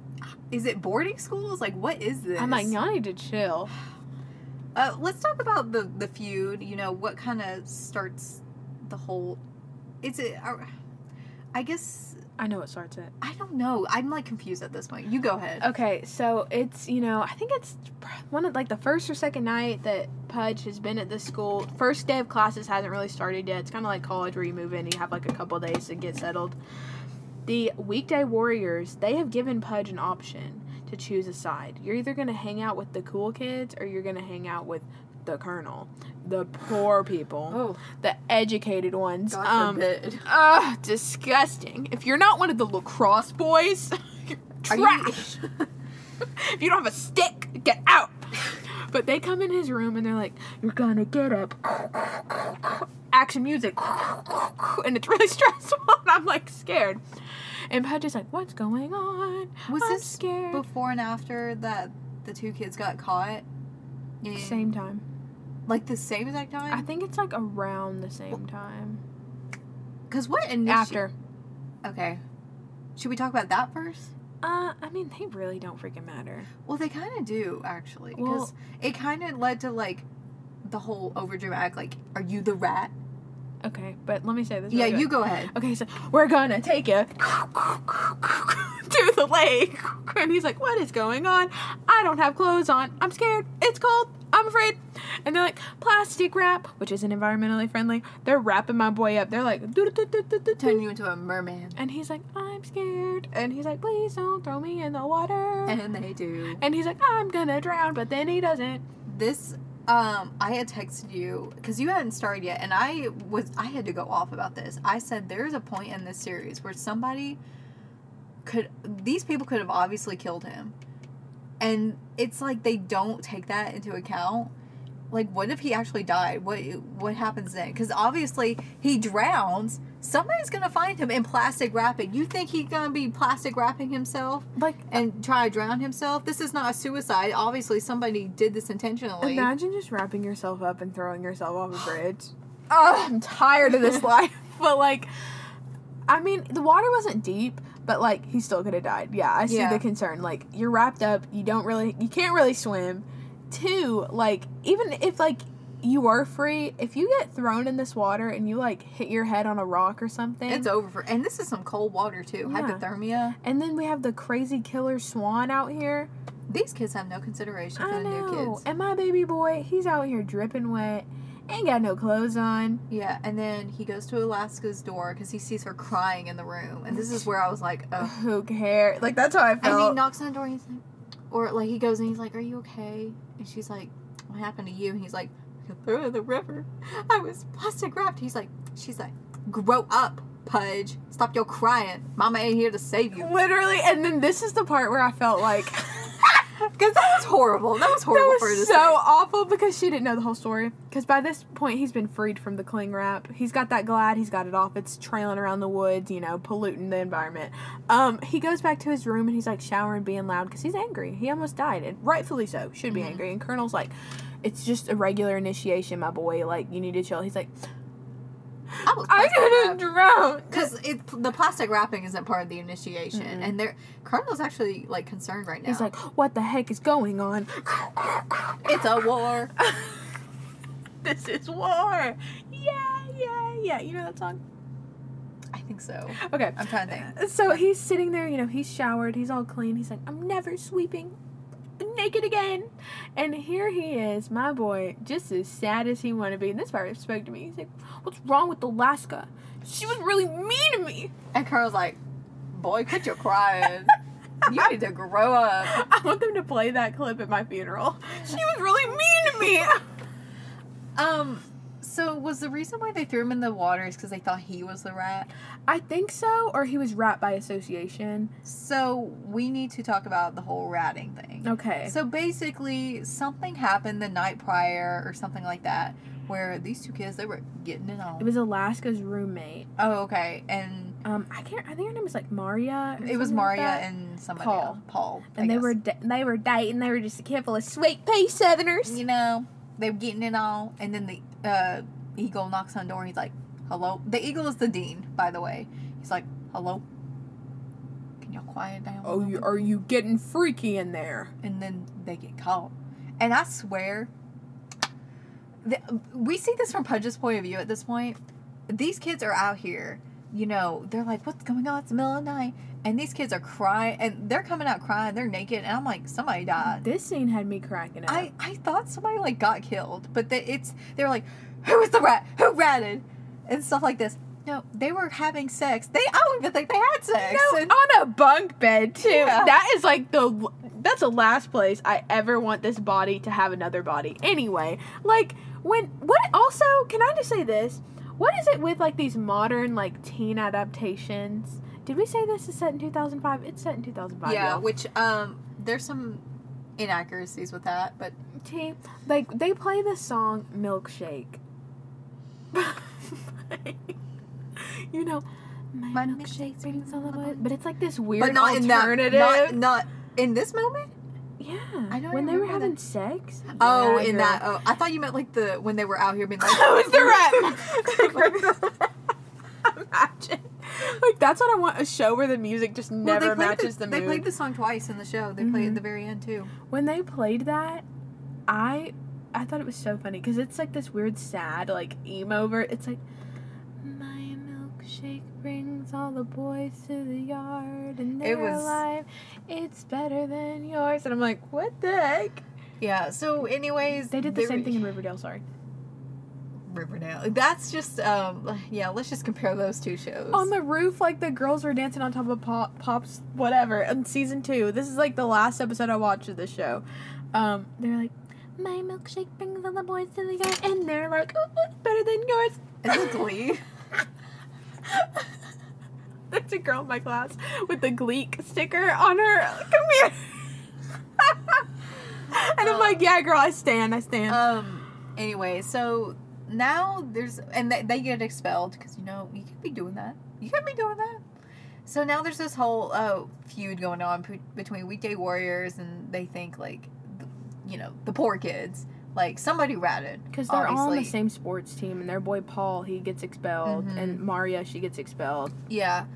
is it boarding schools? Like what is this? I'm like, y'all need to chill. Uh, let's talk about the the feud, you know, what kind of starts the whole It's it I guess I know what starts it. I don't know. I'm like confused at this point. You go ahead. Okay, so it's you know I think it's one of like the first or second night that Pudge has been at this school. First day of classes hasn't really started yet. It's kind of like college where you move in and you have like a couple days to get settled. The weekday warriors they have given Pudge an option to choose a side. You're either gonna hang out with the cool kids or you're gonna hang out with the colonel, the poor people, Oh, the educated ones. Um, God forbid. Ugh, disgusting. If you're not one of the lacrosse boys, you're Are you- trash. if you don't have a stick, get out. But they come in his room and they're like, You're gonna get up. Action music. And it's really stressful. And I'm like scared. And Pudge is like, What's going on? Was I'm this scared. Before and after that the two kids got caught. Yeah. Same time. Like the same exact I time? think it's like around the same time. Because what initi- After. Okay. Should we talk about that first? Uh, I mean, they really don't freaking matter. Well, they kind of do actually, Well- because it kind of led to like the whole overdramatic. Like, are you the rat? Okay, but let me say this. yeah, really quick. you go ahead. okay, so we're gonna take you to the lake. And he's like, what is going on? I don't have clothes on. I'm scared. It's cold. I'm afraid. And they're like, plastic wrap, which isn't environmentally friendly. They're wrapping my boy up. They're like, Turn you into a merman, and he's like, I'm scared. And he's like, please don't throw me in the water. and they do And he's like, I'm gonna drown, but then he doesn't. this. Um, I had texted you because you hadn't started yet, and I was I had to go off about this. I said there's a point in this series where somebody could these people could have obviously killed him, and it's like they don't take that into account. like what if he actually died what what happens then because obviously he drowns somebody's gonna find him in plastic wrapping you think he's gonna be plastic wrapping himself Like, and try to drown himself this is not a suicide obviously somebody did this intentionally Imagine just wrapping yourself up and throwing yourself off a bridge. Ugh, I'm tired of this life. But like, I mean, the water wasn't deep, but like, he still could have died. Yeah, I see Yeah. the concern. Like, you're wrapped up. You don't really, you can't really swim. Two, like, even if like you were free, if you get thrown in this water and you like hit your head on a rock or something, it's over for and this is some cold water too Yeah. hypothermia and then we have the crazy killer swan out here. these kids have no consideration for I the new know. kids And my baby boy, he's out here dripping wet. Ain't got no clothes on. yeah and then he goes to alaska's door because he sees her crying in the room and this is where i was like oh who cares? Like that's how I And felt. he knocks on the door. And he's like, or like he goes and he's like, "Are you okay?" And she's like, "What happened to you?" And he's like, "I got "Thrown in the river. I was plastic wrapped." He's like, "She's like, grow up, Pudge. Stop your crying. Mama ain't here to save you." Literally, and then this is the part where I felt like Because that was horrible. That was horrible that for her to was so awful because she didn't know the whole story. Because by this point, he's been freed from the cling wrap. He's got that glad. He's got it off. It's trailing around the woods, you know, polluting the environment. Um, he goes back to his room and he's like showering, being loud because he's angry. He almost died, and rightfully so. Should be Mhm. angry. And Colonel's like, "It's just a regular initiation, my boy. Like you need to chill." He's like. I was I plastic didn't wrapped. drown. Because the plastic wrapping isn't part of the initiation, Mm-mm. and they're Colonel's actually like concerned right now. He's like, what the heck is going on? it's a war. this is war. Yeah, yeah, yeah. You know that song? I think so. Okay. I'm trying to think. So he's sitting there, you know, he's showered, he's all clean. He's like, I'm never sweeping naked again. And here he is, my boy, just as sad as he want to be. And this part spoke to me. He's like, What's wrong with Alaska? She was really mean to me. And Colonel's like, "Boy, quit your crying. you need to grow up." I want them to play that clip at my funeral. She was really mean to me. Um. So was the reason why they threw him in the water is because they thought he was the rat? I think so, or he was rat by association. So we need to talk about the whole ratting thing. Okay. So basically, something happened the night prior or something like that, where these two kids they were getting it on. It was Alaska's roommate. oh, okay, and Um, I can't. I think her name was like Maria. or it was something like Maria that. and somebody Paul. else. Paul, I and they guess. were da- they were dating. They were just a handful of sweet pea southerners. you know, they were getting it on, and then the uh, eagle knocks on the door. and He's like, "Hello." The eagle is the dean, by the way. He's like, "Hello." Can y'all quiet down? a Oh, little you, bit?" are you getting freaky in there? and then they get caught. And I swear, th we see this from Pudge's point of view at this point. These kids are out here, you know, they're like, what's going on? It's the middle of the night. And these kids are crying, and they're coming out crying, they're naked, and I'm like, somebody died. This scene had me cracking up. Uh, I, I thought somebody like got killed, but they, it's they were like, who was the rat? Who ratted? And stuff like this. No, they were having sex. They I don't even think they had sex. no, And- on a bunk bed too. Yeah. That is like the that's the last place I ever want this body to have another body. Anyway, like when what also can I just say this? What is it with like these modern like teen adaptations? Did we say this is set in 2005? It's set in 2005. oh, yeah, y'all. which um, there's some inaccuracies with that, but T like they play the song milkshake you know my, My milkshake milkshake brings all the boys but it's like this weird but not in that, alternative not, not in this moment. yeah I don't when they were remember having sex oh, Yeah, in girl. that. Oh, I thought you meant like the when they were out here being like, That was the rap imagine like that's what i want a show where the music just Well, never played matches the, the, They mood played the song twice in the show. They played Mhm. at the very end too. when they played that i i thought it was so funny because it's like this weird sad like emo ver it's like my milkshake brings all the boys to the yard and they're was- alive it's better than yours and i'm like what the heck Yeah. So, anyways, they did the there- same thing in riverdale sorry Riverdale. That's just um. Yeah. Let's just compare those two shows. on the roof like the girls were dancing on top of pop, pops whatever in season two this is like the last episode i watched of this show um they're like my milkshake brings all the boys to the yard and they're like "Ooh, it's better than yours It's a Glee. There's a girl in my class with the Gleek sticker on her computer. and I'm like, yeah, girl, I stand, I stand. um. Anyway, so now there's and they, they get expelled because you know you could be doing that. You could be doing that. So now there's this whole uh, feud going on pe- between weekday warriors and they think like, th- you know, the poor kids like somebody ratted Because they're all on the obviously. same sports team, and their boy Paul, he gets expelled, Mhm. and Maria, she gets expelled. Yeah,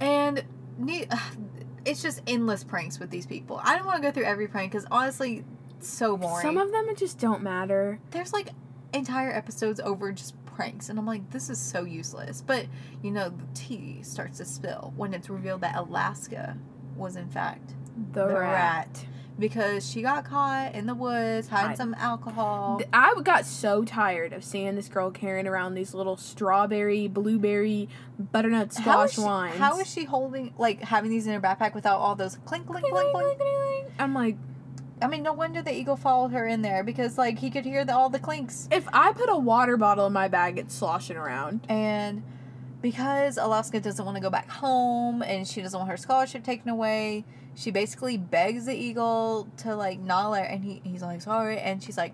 and ne- it's just endless pranks with these people. I don't want to go through every prank because honestly, it's so boring. Some of them it just don't matter. there's like entire episodes over just pranks and i'm like this is so useless but you know the tea starts to spill when it's revealed that alaska was in fact The, The rat. because she got caught in the woods hiding I- some alcohol Th- I got so tired of seeing this girl carrying around these little strawberry, blueberry, butternut how is, squash she, wines. how is she holding like having these in her backpack without all those clink clink clink clink I'm like, i mean no wonder the eagle followed her in there because like he could hear the, all the clinks if I put a water bottle in my bag, it's sloshing around. And because Alaska doesn't want to go back home and she doesn't want her scholarship taken away, she basically begs the eagle to like not let her, and he, he's like, sorry. And she's like,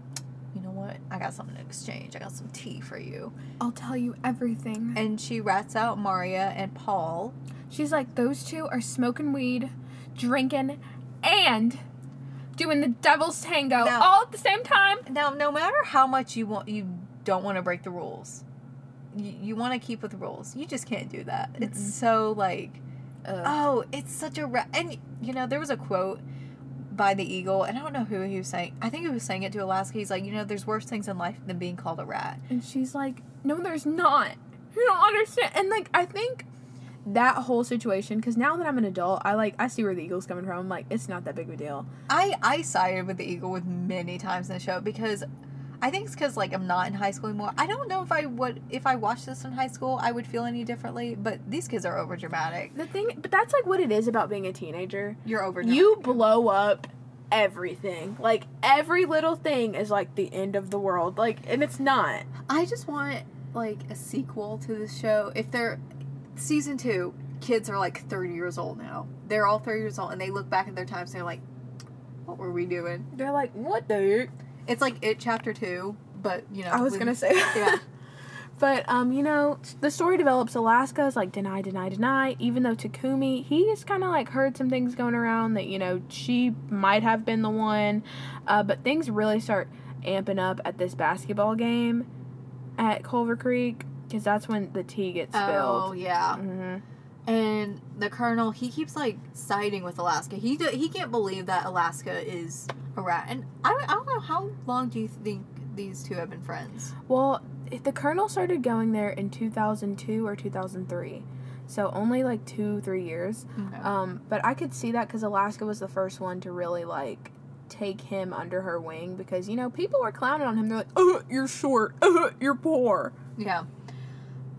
you know what? I got something to exchange. I got some tea for you. I'll tell you everything. And she rats out Maria and Paul. She's like, those two are smoking weed, drinking, and doing the devil's tango No. all at the same time. Now, no matter how much you want, you don't want to break the rules. you, you want to keep with rules. You just can't do that. It's so like, oh, it's such a ra-. and you know there was a quote by the eagle, and I don't know who he was saying. I think he was saying it to Alaska. He's like, you know, there's worse things in life than being called a rat. And she's like, No, there's not. You don't understand. And like, I think that whole situation, because now that I'm an adult, I like, I see where the eagle's coming from. I'm like, it's not that big of a deal. I I sided with the eagle with many times in the show because I think it's because like I'm not in high school anymore. I don't know if I would if I watched this in high school I would feel any differently. But these kids are over dramatic. The thing, but that's like what it is about being a teenager. You're over. You blow up everything. Like, every little thing is like the end of the world. Like, and it's not. I just want like a sequel to this show. If they're season two, kids are like 30 years old now. They're all 30 years old and they look back at their times and they're like, what were we doing? They're like, What the heck? It's like it chapter two, but you know. I was with- gonna say. Yeah. But um, you know, the story develops. Alaska is like deny, deny, deny. Even though Takumi, he's kind of like heard some things going around that you know she might have been the one, uh, but things really start amping up at this basketball game at Culver Creek because that's when the tea gets Oh spilled. yeah. hmm And the colonel, he keeps like siding with Alaska. He do, he can't believe that Alaska is a rat. And I, don't- I don't know how long do you think these two have been friends? Well, if the colonel started going there in two thousand two or two thousand three, so only like two three years. Um, but I could see that because Alaska was the first one to really like take him under her wing because you know people were clowning on him. They're like, "Oh, you're short. Oh, you're poor." Yeah.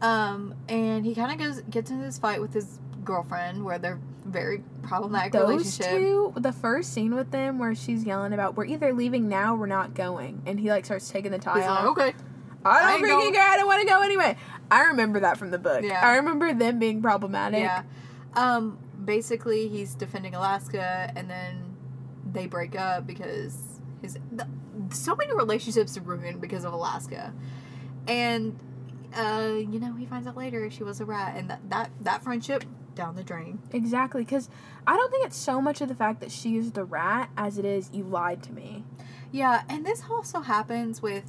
Um, and he kind of goes gets into this fight with his girlfriend where they're very problematic Those relationship. two, the first scene with them where she's yelling about, "We're either leaving now, or we're not going," and he like starts taking the tie He's off. like, okay. I I ain't don't freaking going." care. I don't want to go anyway. I remember that from the book. Yeah. I remember them being problematic. Yeah. Um, basically, he's defending Alaska, and then they break up because his the, so many relationships are ruined because of Alaska, and uh, you know he finds out later she was a rat, and that that, that friendship down the drain. Exactly, because I don't think it's so much of the fact that she is the rat as it is you lied to me. Yeah, and this also happens with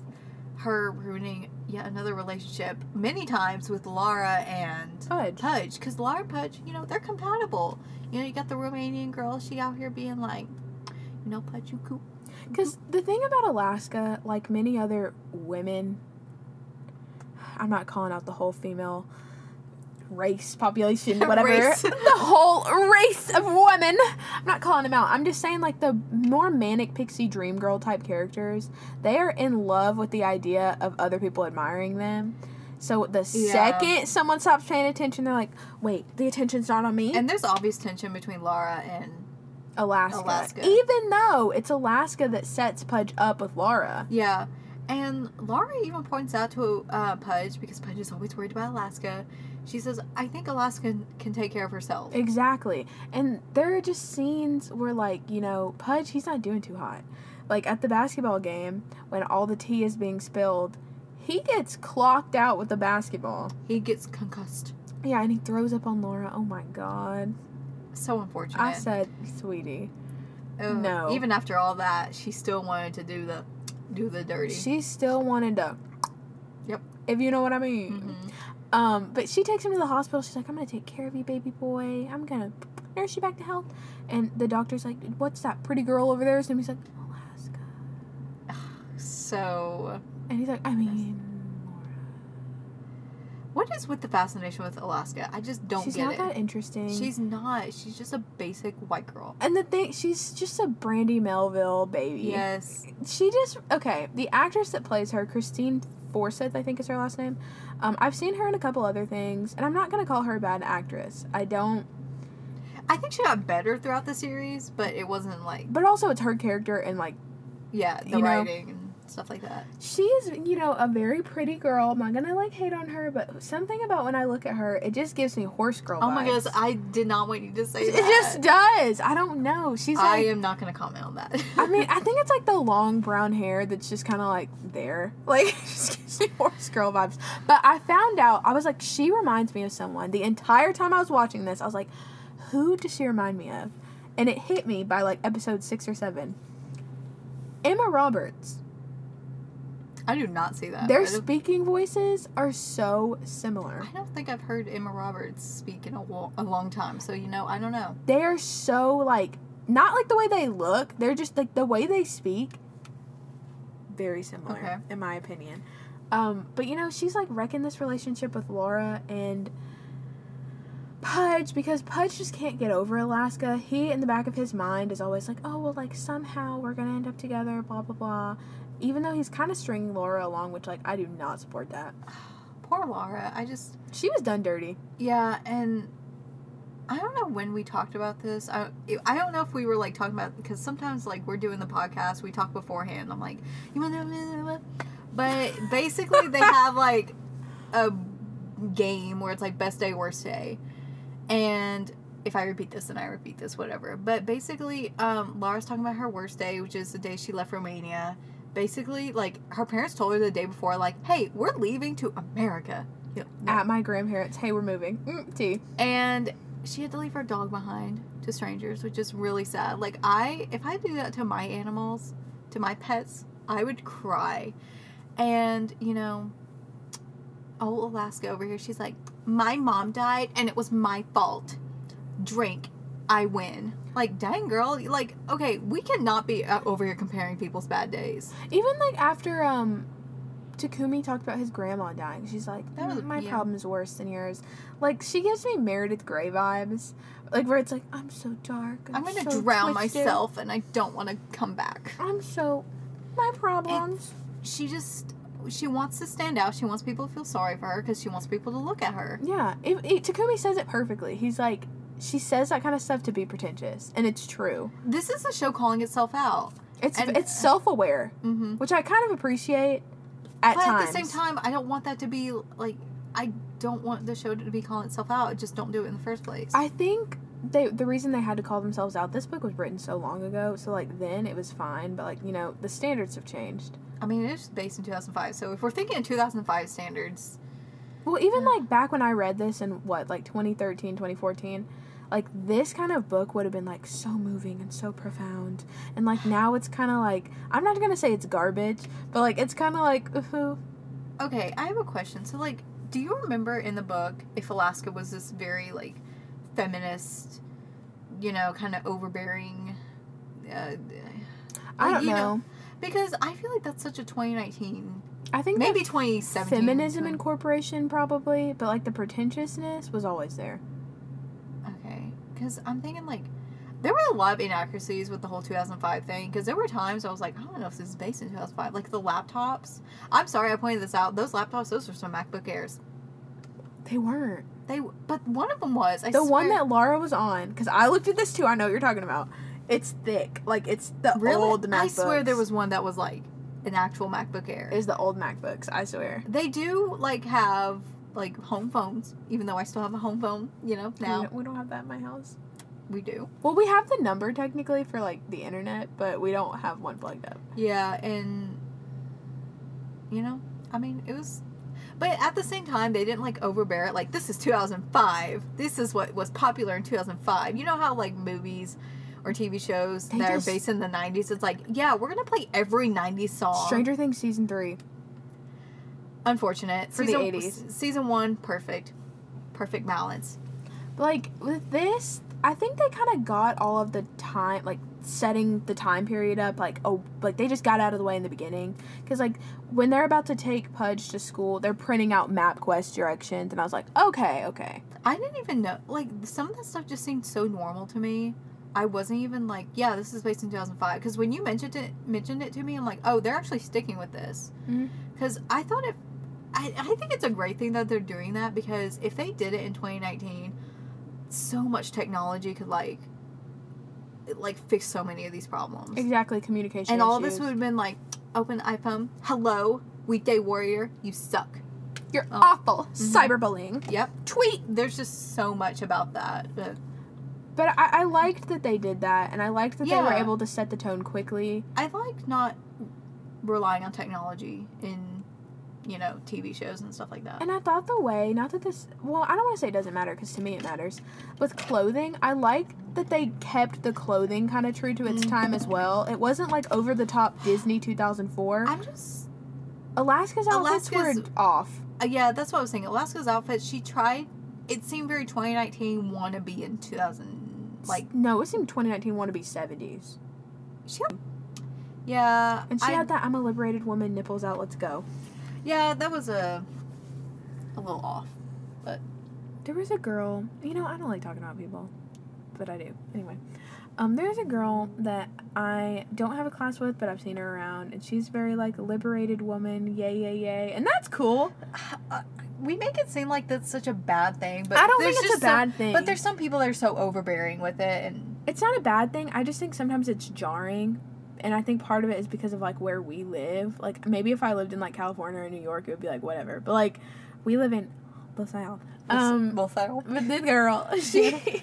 her ruining yet another relationship many times with Lara and Fudge. Pudge, because Lara and Pudge, you know, they're compatible. You know, you got the Romanian girl, she out here being like, you know, Pudge, you cool. Because the thing about Alaska, like many other women, I'm not calling out the whole female race, population, whatever. Race. The whole race of women. I'm not calling them out. I'm just saying, like, the more manic pixie dream girl type characters, they are in love with the idea of other people admiring them. So the Yeah. second someone stops paying attention, they're like, wait, the attention's not on me? And there's obvious tension between Lara and Alaska. Alaska. Even though it's Alaska that sets Pudge up with Laura. yeah, and Lara even points out to uh, Pudge because Pudge is always worried about Alaska. She says, "I think Alaska can take care of herself." Exactly. And there are just scenes where, like, you know, Pudge, he's not doing too hot. Like, at the basketball game, when all the tea is being spilled, he gets clocked out with the basketball. He gets concussed. Yeah, and he throws up on Laura. Oh my god. So unfortunate. I said, sweetie. Ugh, no. Even after all that, she still wanted to do the do the dirty. She still wanted to. Yep. If you know what I mean. Mhm. Um, but she takes him to the hospital. She's like, I'm gonna take care of you, baby boy. I'm gonna nurse you back to health. And the doctor's like, What's that pretty girl over there? And he's like, Alaska. So, And he's like, I mean, what is with the fascination with Alaska? I just don't she's get not it. that interesting. She's not. She's just a basic white girl. and the thing, she's just a Brandy Melville baby. Yes. She just okay. The actress that plays her, Christine Forsyth, I think is her last name. Um, I've seen her in a couple other things, and I'm not gonna call her a bad actress. I don't. I think she got better throughout the series, but it wasn't like But also, it's her character and like. yeah, the You know. writing and stuff like that. She is, you know, a very pretty girl. I'm not gonna like hate on her, but something about when I look at her, it just gives me horse girl. Oh my vibes. goodness, I did not want you to say It that. just does. I don't know. She's I like am not going to comment on that. I mean, I think it's like the long brown hair that's just kind of like there. Like, just gives me horse girl vibes. But I found out, I was like, she reminds me of someone. The entire time I was watching this, I was like, who does she remind me of? And it hit me by like episode six or seven. Emma Roberts. I do not see that. Uh, I Their don't- speaking voices are so similar. I don't think I've heard Emma Roberts speak in a, wa- a long time, so you know, I don't know. They are so like not like the way they look. They're just like the way they speak. Very similar, Okay. in my opinion. Um, but you know, she's like wrecking this relationship with Laura and Pudge because Pudge just can't get over Alaska. He, in the back of his mind, is always like, oh, well, like somehow we're gonna end up together, blah, blah, blah. Even though he's kind of stringing Laura along, which, like, I do not support that. Poor Laura. I just, She was done dirty. yeah, and I don't know when we talked about this. I, I don't know if we were like talking about because sometimes like we're doing the podcast, we talk beforehand. I'm like, you want to, but basically they have like a game where it's like best day, worst day, and if I repeat this, then I repeat this, whatever. But basically, um, Laura's talking about her worst day, which is the day she left Romania. Basically, like her parents told her the day before, like, "Hey, we're leaving to America." You know, At my grandparents, hey, we're moving. Mm, tea. and she had to leave her dog behind to strangers, which is really sad. Like I, if I do that to my animals, to my pets, I would cry. And you know, old Alaska over here, she's like, my mom died, and it was my fault. Drink, I win. Like, dang girl, like, okay, we cannot be uh, over here comparing people's bad days. Even like after um Takumi talked about his grandma dying, she's like, That was- "Mm, my yeah. problem's worse than yours. Like she gives me Meredith Grey vibes, like where it's like I'm so dark. I'm gonna so drown twisted. myself, and I don't want to come back. I'm so my problems. she just she wants to stand out. She wants people to feel sorry for her because she wants people to look at her. yeah, it, it, Takumi says it perfectly. He's like, she says that kind of stuff to be pretentious, and it's true. This is a show calling itself out. It's And- uh, it's self aware, Mm-hmm. which I kind of appreciate. At But times, at the same time, I don't want that to be like I don't want the show to be calling itself out. Just don't do it in the first place. I think they the reason they had to call themselves out. This book was written so long ago, so like then it was fine, but like you know the standards have changed. I mean, it's based in 2005, so if we're thinking in 2005 standards, Well, even Yeah. like back when I read this in what like 2013, 2014, like this kind of book would have been like so moving and so profound, and like now it's kind of like I'm not gonna say it's garbage, but like it's kind of like ooh, okay. I have a question. So, like, do you remember in the book if Alaska was this very like feminist, you know, kind of overbearing? Uh, I Like, don't you know. know, Because I feel like that's such a 2019, I think maybe that 2017. feminism incorporation probably, but like the pretentiousness was always there. Okay. Because I'm thinking, like, there were a lot of inaccuracies with the whole 2005 thing. Because there were times I was like, I don't know if this is based in 2005. Like, the laptops. I'm sorry I pointed this out. Those laptops, those were some MacBook Airs. They weren't. They, But one of them was. I the one swear- that Laura was on, because I looked at this too. I know what you're talking about. It's thick, like it's the Really? old MacBooks. I swear there was one that was, like, an actual MacBook Air. is the old MacBooks. I swear. they do, like, have, like, home phones. Even though I still have a home phone, you know, We now. don't- we don't have that in my house. We do. Well, we have the number technically for like the internet, but we don't have one plugged up. Yeah, and you know, I mean, it was, but at the same time, they didn't like overbear it. Like this is 2005. This is what was popular in 2005. You know how like movies or TV shows They that just- are based in the 90s. It's like, yeah, we're gonna play every 90s song. Stranger Things season three. Unfortunate For the season, 80s. Season one, perfect, perfect balance. Like with this, I think they kind of got all of the time, like setting the time period up. Like oh, like they just got out of the way in the beginning, because like when they're about to take Pudge to school, they're printing out MapQuest directions, and I was like, okay, okay. I didn't even know. Like some of that stuff just seemed so normal to me. I wasn't even like, yeah, this is based in 2005. Because when you mentioned it, mentioned it to me, I'm like, oh, they're actually sticking with this. Mhm. Because I thought if, I, I think it's a great thing that they're doing that because if they did it in 2019, so much technology could like, like fix so many of these problems. Exactly, communication. And all this issues. would have been like, open iPhone, hello, weekday warrior, you suck. You're Oh. awful. Cyberbullying. Yep. Tweet. There's just so much about that. that- But I, I liked that they did that, and I liked that they were Yeah. able to set the tone quickly. I like not relying on technology in, you know, TV shows and stuff like that. And I thought the way, not that this, well, I don't want to say it doesn't matter because to me it matters. With clothing, I liked that they kept the clothing kind of true to its Mm. time as well. It wasn't like over the top Disney 2004. I'm just Alaska's outfits Alaska's- were off. Uh, yeah, that's what I was saying. Alaska's outfit, she tried. It seemed very 2019 wannabe in 2000. Like Like no, it seemed 2019 wanted to be 70s, she. Yeah, and she I- had that "I'm a liberated woman" nipples out. Let's go. yeah, that was a a little off. There was a girl, you know, I don't like talking about people, but I do. Anyway, um, there's a girl that I don't have a class with, but I've seen her around, and she's very like liberated woman, yay, yay, yay, and that's cool. Uh, We make it seem like that's such a bad thing, but I don't there's think it's just a bad thing, Some, but there's some people that are so overbearing with it, and it's not a bad thing. I just think sometimes it's jarring, and I think part of it is because of like where we live. Like maybe if I lived in like California or New York, it would be like whatever, but like we live in LaSalle. Um, both that- But the girl, she,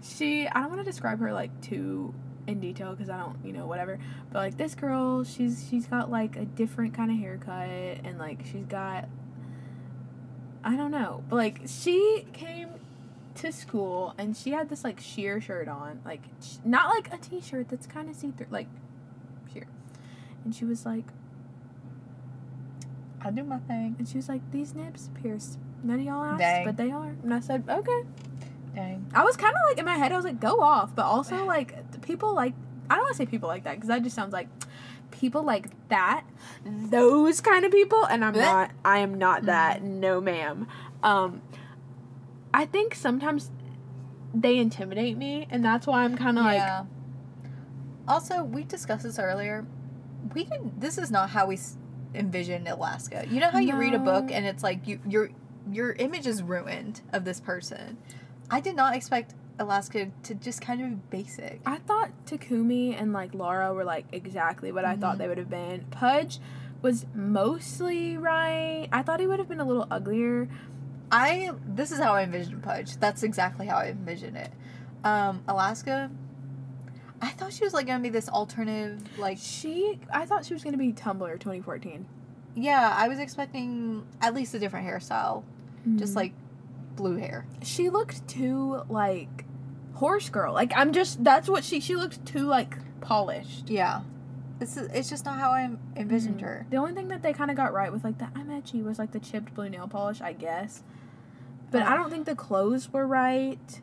she, I don't want to describe her like too in detail because I don't, you know, whatever. But like this girl, she's she's got like a different kind of haircut and like she's got, I don't know, but like she came to school and she had this like sheer shirt on, like sh- not like a t-shirt that's kind of see through, like sheer. And she was like, I do my thing. and she was like, these nips pierced. None of y'all asked, Dang. but they are. And I said, okay. Dang. I was kind of like in my head, I was like, go off, but also like the people like I don't want to say people like that because that just sounds like people like that, those kind of people, and I'm Blech. Mm-hmm. not. I am not that. No, ma'am. Um, I think sometimes they intimidate me, and that's why I'm kind of like, yeah. Also, we discussed this earlier. We did. This is not how we s- envisioned Alaska. You know how you read a book No. and it's like you your your image is ruined of this person. I did not expect Alaska to just kind of be basic. I thought Takumi and like Laura were like exactly what I thought Mhm. they would have been. Pudge was mostly right. I thought he would have been a little uglier. I this is how I envisioned Pudge. That's exactly how I envisioned it. Um, Alaska. I thought she was like gonna be this alternative, like She, I thought she was gonna be Tumblr 2014. yeah. I was expecting at least a different hairstyle, Mm-hmm. just like blue hair. she looked too like horse girl. Like I'm just that's what she she looked too like polished. Yeah, it's it's just not how I en- envisioned her. The only thing that they kind of got right with like the I'm etchy was like the chipped blue nail polish, I guess. But I don't think the clothes were right.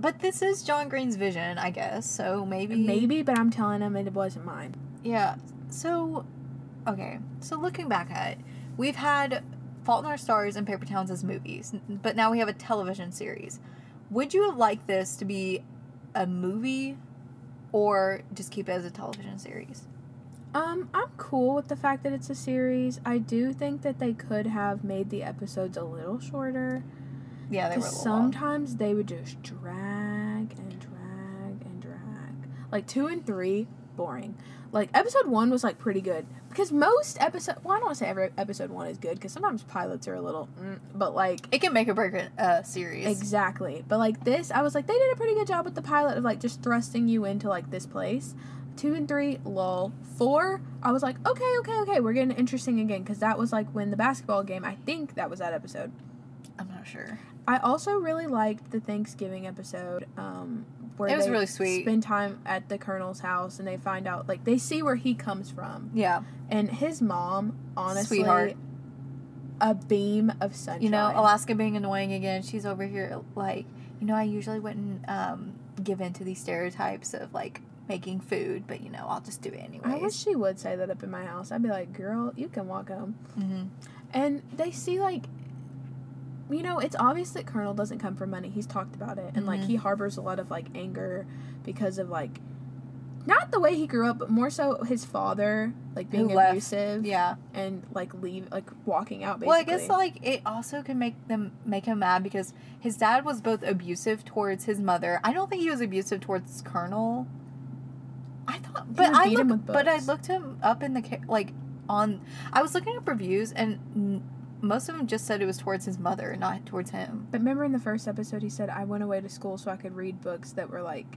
But this is John Green's vision, I guess. So maybe Maybe, but I'm telling them it wasn't mine. yeah. So okay. So looking back at, it, we've had Fault in Our Stars and Paper Towns as movies, n- but now we have a television series. Would you have liked this to be a movie, or just keep it as a television series? Um, I'm cool with the fact that it's a series. I do think that they could have made the episodes a little shorter. Yeah, they were a Because little long. sometimes they would just drag and drag and drag. Like two and three, boring. Like episode one was like pretty good because most episode. Well, I don't want to say every episode one is good because sometimes pilots are a little. Mm, but like It can make or break a uh, series. exactly. But like this, I was like they did a pretty good job with the pilot of like just thrusting you into like this place. Two and three, lol. Four, I was like okay, okay, okay, we're getting interesting again because that was like when the basketball game. I think that was that episode. I'm not sure. I also really liked the Thanksgiving episode. Um, where It was they really sweet. Spend time at the colonel's house, and they find out like they see where he comes from, Yeah, and his mom, honestly, Sweetheart. a beam of sunshine. you know, Alaska being annoying again. She's over here like, you know, I usually wouldn't um, give in to these stereotypes of like making food, but you know, I'll just do it anyways. I wish she would say that up in my house. I'd be like, "Girl, you can walk home." hmm And they see like, you know, it's obvious that Colonel doesn't come from money. He's talked about it, and like Mhm. he harbors a lot of like anger because of like. Not the way he grew up, but more so his father, like Who being left. abusive. Yeah. and like leave like walking out basically. Well, I guess like it also can make them make him mad because his dad was both abusive towards his mother. I don't think he was abusive towards Colonel. I thought, but would I beat him looked, with but I books. looked him up in the ca- like on. I was looking up reviews and. n- Most of them just said it was towards his mother, not towards him. but remember in the first episode he said I went away to school so I could read books that were like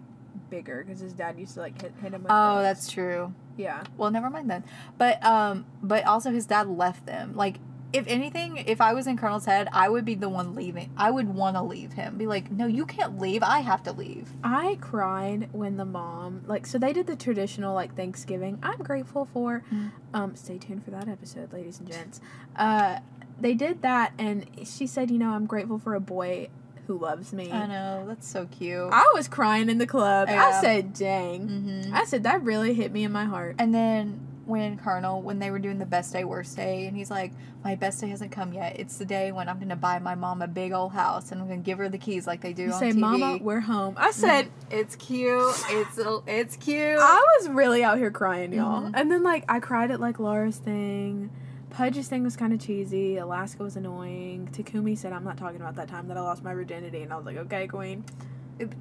bigger because his dad used to like hit, hit him with Oh, books. that's true. yeah well never mind then but um but also his dad left them like if anything, if I was in Colonel's head, I would be the one leaving. I would want to leave him. Be like, no, you can't leave. I have to leave. I cried when the mom like so they did the traditional like Thanksgiving. I'm grateful for. Mm. Um, stay tuned for that episode, ladies and gents. Uh, they did that, and she said, you know, I'm grateful for a boy who loves me. I know that's so cute. I was crying in the club. I Yeah. said, dang. mm-hmm. I said that really hit me in my heart. And then when Colonel, when they were doing the best day, worst day, and he's like, My best day hasn't come yet. It's the day when I'm gonna buy my mom a big old house and I'm gonna give her the keys like they do You on say, TV. Mama, we're home. I said, It's cute. It's it's cute. I was really out here crying, y'all. Mhm. And then like I cried at like Laura's thing. Pudge's thing was kind of cheesy. Alaska was annoying. Takumi said, "I'm not talking about that time that I lost my virginity," and I was like, "Okay, Queen."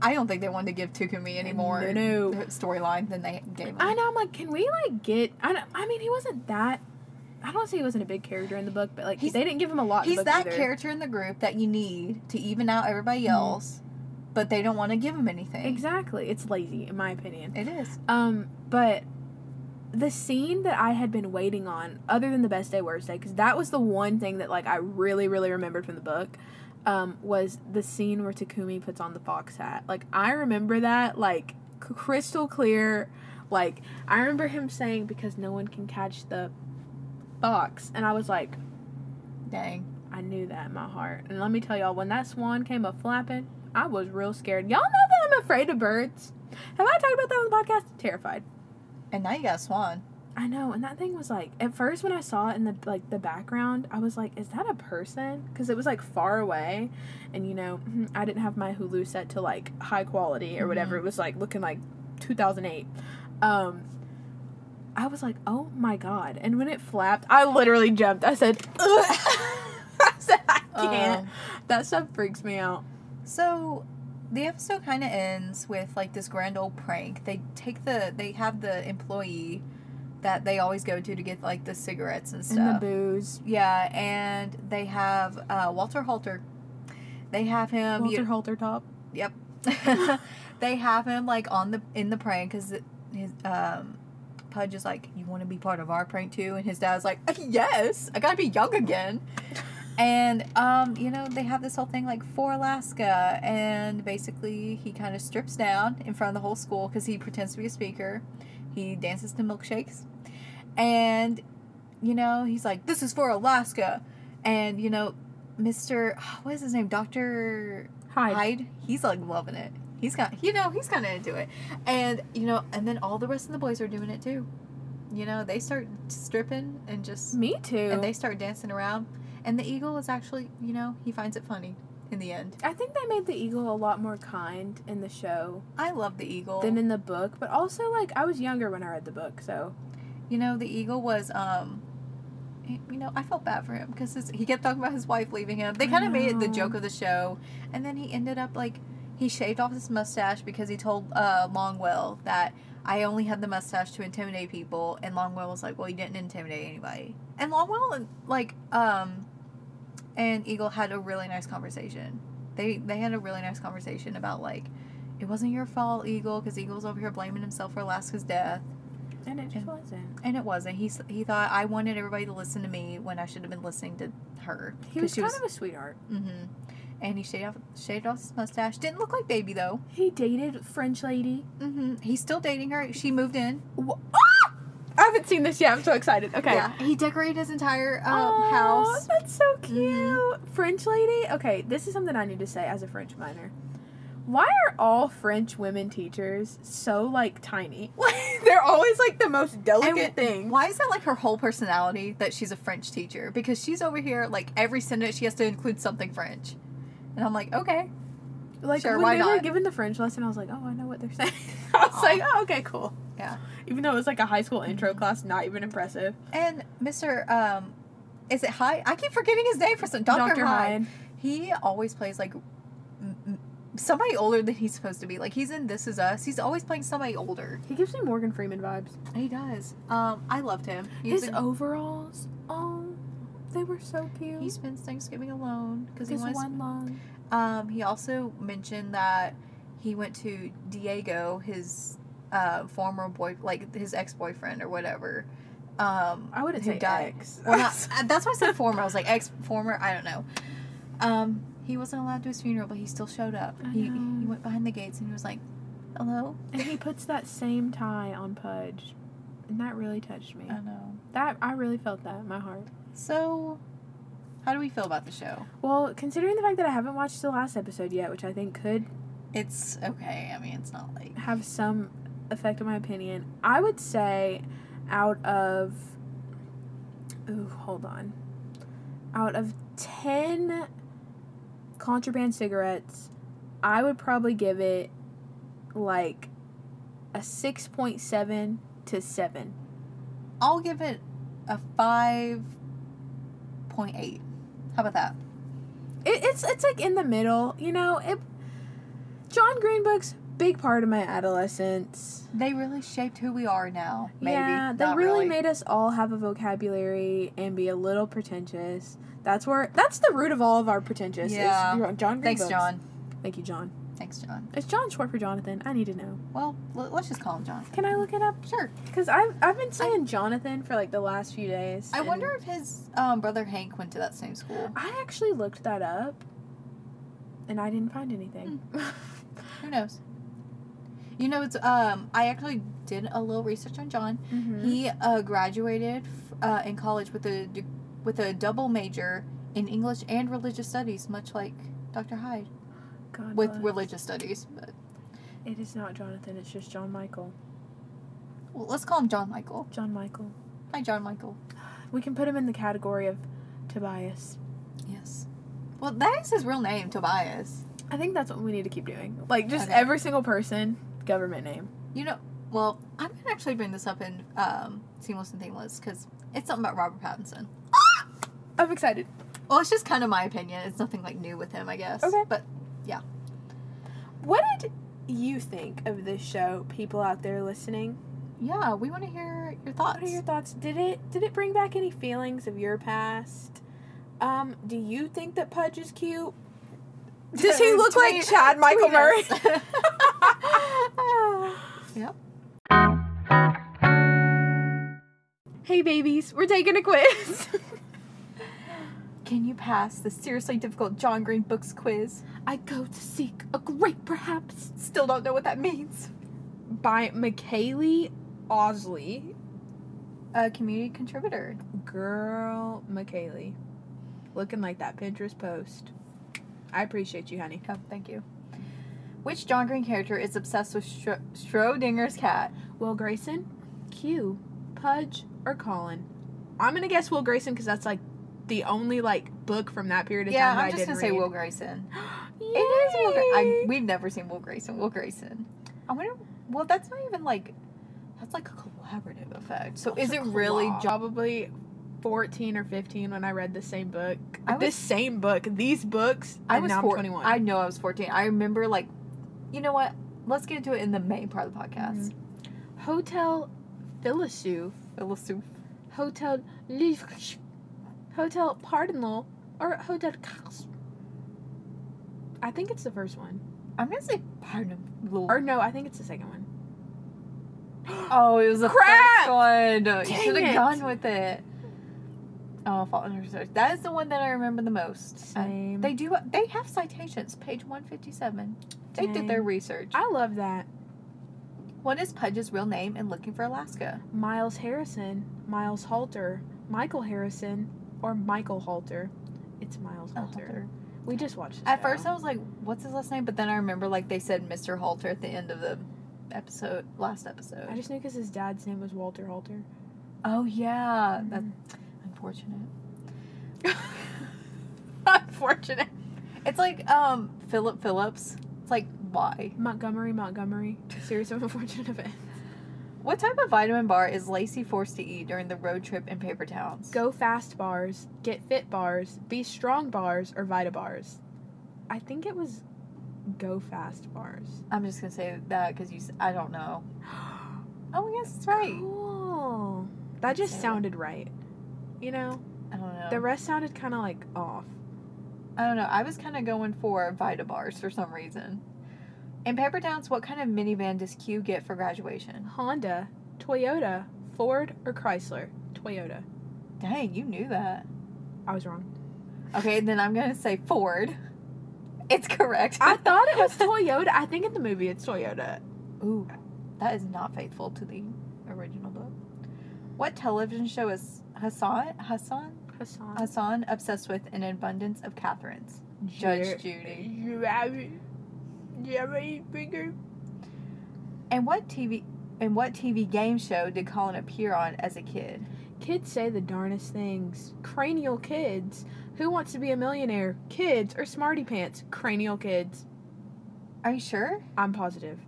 I don't think they wanted to give Tukumi any more No, no. storyline than they gave him. I know. I'm like, can we like get? I, don't- I mean, he wasn't that. I don't wanna say he wasn't a big character in the book, but like He's- they didn't give him a lot. in He's the book that either. character Mm-hmm. in the group that you need to even out everybody Mhm. else, but they don't want to give him anything. Exactly. It's lazy, in my opinion. It is. Um, but the scene that I had been waiting on, other than the best day, worst day, because that was the one thing that like I really, really remembered from the book, um, was the scene where Takumi puts on the fox hat. Like I remember that like c- crystal clear. Like I remember him saying because no one can catch the fox, and I was like, Dang. I knew that in my heart. And let me tell y'all, when that swan came up flapping, I was real scared. Y'all know that I'm afraid of birds. Have I talked about that on the podcast? Terrified. And now you got a swan. I know, and that thing was like at first when I saw it in the like the background, I was like, "Is that a person?" Because it was like far away, and you know, mhm, I didn't have my Hulu set to like high quality or whatever. Mhm. It was like looking like 2008. Um, I was like, "Oh my god!" And when it flapped, I literally jumped. I said, "Ugh." "I said I can't." Um, that stuff freaks me out. So the episode kind of ends with like this grand old prank. They take the they have the employee that they always go to to get like the cigarettes and And the stuff. booze. yeah, and they have uh, Walter Halter. They have him. Walter you- Halter top. yep. they have him like on the in the prank because his um. Pudge is like, you want to be part of our prank too, and his dad's like, "Uh, yes, I gotta be young again. And um, you know, they have this whole thing like for Alaska, and basically he kind of strips down in front of the whole school because he pretends to be a speaker. He dances to milkshakes, and you know, he's like, "This is for Alaska," and you know, Mister, what is his name, Doctor Hi. Hyde? He's like loving it. He's got, you know, he's kind of into it, and you know, and then all the rest of the boys are doing it too. You know, they start stripping and just Me too. and they start dancing around. And the eagle is actually, you know, he finds it funny in the end. I think they made the eagle a lot more kind in the show I love the eagle. than in the book, but also like I was younger when I read the book, so you know, the eagle was, um, you know, I felt bad for him because he kept talking about his wife leaving him. They I kind of made it the know. joke of the show, and then he ended up like he shaved off his mustache because he told uh, Longwell that I only had the mustache to intimidate people, and Longwell was like, "Well, you didn't intimidate anybody." And Longwell and like um, and Eagle had a really nice conversation. They they had a really nice conversation about like. It wasn't your fault, Eagle, because Eagle's over here blaming himself for Alaska's death. and it just And- wasn't. And it wasn't. He s- he thought I wanted everybody to listen to me when I should have been listening to her. He 'Cause was she kind of a sweetheart. mhm. And he shaved off shaved off his mustache. Didn't look like baby though. He dated a French lady. hmm He's still dating her. She moved in. ah! I haven't seen this yet. I'm so excited. Okay. Uh, Yeah. He decorated his entire um, Aw, house. That's so cute. Mhm. French lady. Okay, this is something I need to say as a French minor. Why are all French women teachers so like tiny? Like they're always like the most delicate thing. Why is that like her whole personality that she's a French teacher? Because she's over here like every sentence she has to include something French. And I'm like, okay. Like Sure, when why they were not? given the French lesson, I was like, oh, I know what they're saying. I was like, oh, okay, cool. Yeah. Even though it was like a high school intro class, not even impressive. And Mr. Um, is it Hyde? I keep forgetting his name for some Doctor Hyde. He always plays like m- m- somebody older than he's supposed to be. Like he's in This Is Us. He's always playing somebody older. He gives me Morgan Freeman vibes. He does. Um, I loved him. He's His been, overalls, oh, they were so cute. he spends Thanksgiving alone because he His wants. one long. Um, he also mentioned that he went to Diego, his uh, former boy, like his ex boyfriend or whatever, um, I wouldn't who say died. ex. Well, not, uh, that's why I said former. I was like ex former. I don't know. Um, he wasn't allowed to his funeral, but he still showed up. I He, know. he went behind the gates and he was like, "Hello." and he puts that same tie on Pudge, and that really touched me. I know. that I really felt that in my heart. So, how do we feel about the show? Well, considering the fact that I haven't watched the last episode yet, which I think could It's okay. I mean, it's not like have some effect on my opinion. I would say out of ooh, hold on. Out of 10 contraband cigarettes, I would probably give it like a 6.7 to 7. I'll give it a five point eight. How about that? It, it's it's like in the middle, you know. It John Green books big part of my adolescence. They really shaped who we are now. Maybe. Yeah, they Not really, made us all have a vocabulary and be a little pretentious. That's where that's the root of all of our pretentious. is Yeah. John Green Thanks, books. John. Thank you, John. Thanks, John. Is John short for Jonathan? I need to know. Well, l- let's just call him John. Can I look it up? Sure. Because I've I've been saying Jonathan for like the last few days. I and wonder if his um, brother Hank went to that same school. I actually looked that up, and I didn't find anything. Hmm. Who knows? You know, it's um. I actually did a little research on John. Mhm. He uh, graduated f- uh, in college with a de- with a double major in English and religious studies, much like Dr. Hyde God with bless. religious studies. But It is not Jonathan. It's just John Michael. well, let's call him John Michael. John Michael. Hi, John Michael. We can put him in the category of Tobias. Yes. Well, that is his real name, Tobias. I think that's what we need to keep doing. Like just Okay. every single person, government name. You know, well, I'm gonna actually bring this up in um, Seamless and Thingless because it's something about Robert Pattinson. Ah! I'm excited. Well, it's just kind of my opinion. It's nothing like new with him, I guess. Okay. But What did you think of this show, people out there listening? yeah, we want to hear your thoughts. What are your thoughts? Did it did it bring back any feelings of your past? Um, do you think that Pudge is cute? Does he look like Tweet- Chad Michael tweet Murray? us. yep. hey babies, we're taking a quiz. Can you pass the seriously difficult John Green books quiz? I go to seek a great perhaps Still don't know what that means. by McKaylee Osley. A community contributor. Girl McKaylee. Looking like that Pinterest post. I appreciate you, honey. Oh, thank you. Which John Green character is obsessed with Schro- Schrodinger's cat? Will Grayson, Q, Pudge, or Colin? I'm gonna guess Will Grayson because that's like the only like book from that period of yeah, time that I'm just I gonna didn't say read. Will Grayson. Yay! It is Will Grayson. We've never seen Will Grayson. Will Grayson. I wonder. Well, that's not even like. That's like a collaborative effect. So is it really John? probably 14 or 15 when I read the same book? I was- this same book, these books. I and was now I'm four- 21. I know I was 14. I remember like, you know what? Let's get into it in the main part of the podcast. Hotel Philosophe Philosoph- Hotel Livre, Hotel Pardonal, or Hotel Cars. I think it's the first one. I'm gonna say pardon Lord. Or no, I think it's the second one. oh, it was the Crap! first one. you Dang should it. have gone with it. Oh, fault in research. That is the one that I remember the most. I- Same. they do. They have citations. Page 157. They did their Dang. research. I love that. What is Pudge's real name in Looking for Alaska? Miles Harrison, Miles Halter, Michael Harrison, or Michael Halter. It's Miles Halter. We just watched this. At first, I was like, "What's his last name?" But then I remember, like, they said Mr. Halter at the end of the episode, last episode. I just knew because his dad's name was Walter Halter. Oh Uh, yeah, Mm-hmm. that's unfortunate. Unfortunate. It's like um Philip Phillips. It's like why? Montgomery, Montgomery. Series of unfortunate events. What type of vitamin bar is Lacey forced to eat during the road trip in Paper Towns? Go fast bars, get fit bars, be strong bars, or Vita bars. I think it was go fast bars. I'm just gonna say that because you. s- I don't know. Oh yes, that's right. Cool. That just So- sounded right. You know, I don't know. the rest sounded kind of like off. I don't know. I was kind of going for Vita bars for some reason. In Paper Towns, what kind of minivan does Q get for graduation? Honda, Toyota, Ford, or Chrysler? Toyota. Dang, you knew that. I was wrong. Okay, then I'm gonna say Ford. It's correct. I thought it was Toyota. I think in the movie it's Toyota. Ooh, that is not faithful to the original book. What television show is Hassan Hassan Hassan. Hassan obsessed with an abundance of Catherines? Judge Judy. You have, you have any finger? And what TV and what TV game show did Colin appear on as a kid? Kids say the darnest things. Cranial kids. Who wants to be a millionaire? Kids or smarty pants? Cranial kids. Are you sure? I'm positive.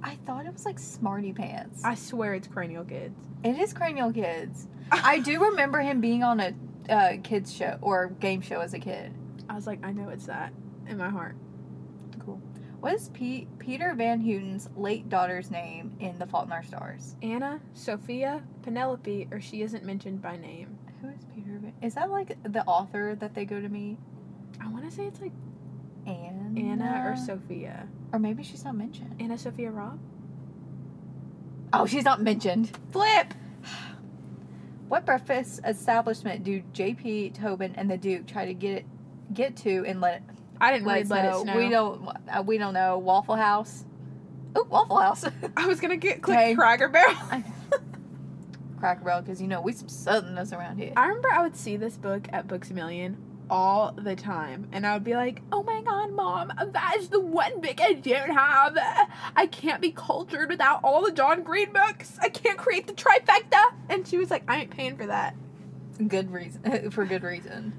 I thought it was like Smarty Pants. I swear it's cranial kids. it is Cranial Kids. I do remember him being on a uh, kids show or game show as a kid. I was like, I know it's that in my heart. Cool. What is P- Peter Van Houten's late daughter's name in The Fault in Our Stars? Anna, Sophia, Penelope, or she isn't mentioned by name. Who is Peter? Van- is that like the author that they go to meet? I want to say it's like Anna, Anna or Sophia. or maybe she's not mentioned. Anna Sophia Robb? Oh, she's not mentioned. Flip. What breakfast establishment do J.P. Tobin and the Duke try to get get to and let I didn't let, read Let It Snow. We don't uh, we don't know Waffle House. Oh, Waffle House. I was gonna get click Hey. Cracker Barrel. I- Cracker Barrel, because you know we some Southerners around here. I remember I would see this book at Books a Million all the time, and I would be like, "Oh my God, Mom, that is the one book I don't have. I can't be cultured without all the John Green books. I can't create the trifecta." And she was like, "I ain't paying for that." Good reason for good reason.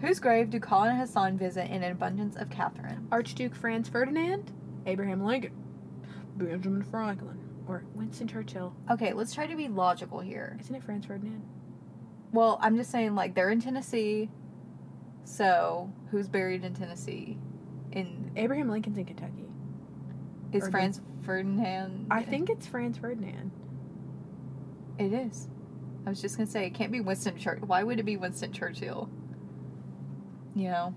Whose grave do Colin and Hassan visit in an abundance of Catherine? Archduke Franz Ferdinand, Abraham Lincoln, Benjamin Franklin, or Winston Churchill. Okay, let's try to be logical here. Isn't it Franz Ferdinand? Well, I'm just saying like they're in Tennessee, so who's buried in Tennessee? In Abraham Lincoln's in Kentucky. is Or Franz Ferdinand? I think it's Franz Ferdinand. it is. I was just gonna say it can't be Winston Churchill. Why would it be Winston Churchill? You know.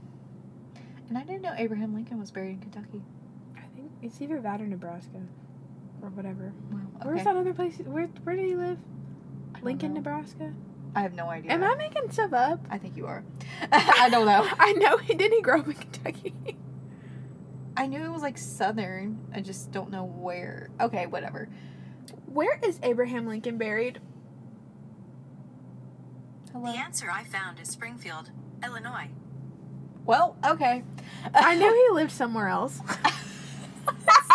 And I didn't know Abraham Lincoln was buried in Kentucky. I think it's either that or Nebraska, or whatever. Wow. Where's that other place? Where Where did he live? I don't Lincoln, know. Nebraska. I have no idea. Am I making stuff up? I think you are. I don't know. I know he didn't. He grow up in Kentucky. I knew it was like southern. I just don't know where. Okay, whatever. Where is Abraham Lincoln buried? Hello. The answer I found is Springfield, Illinois. Well, okay. I knew he lived somewhere else.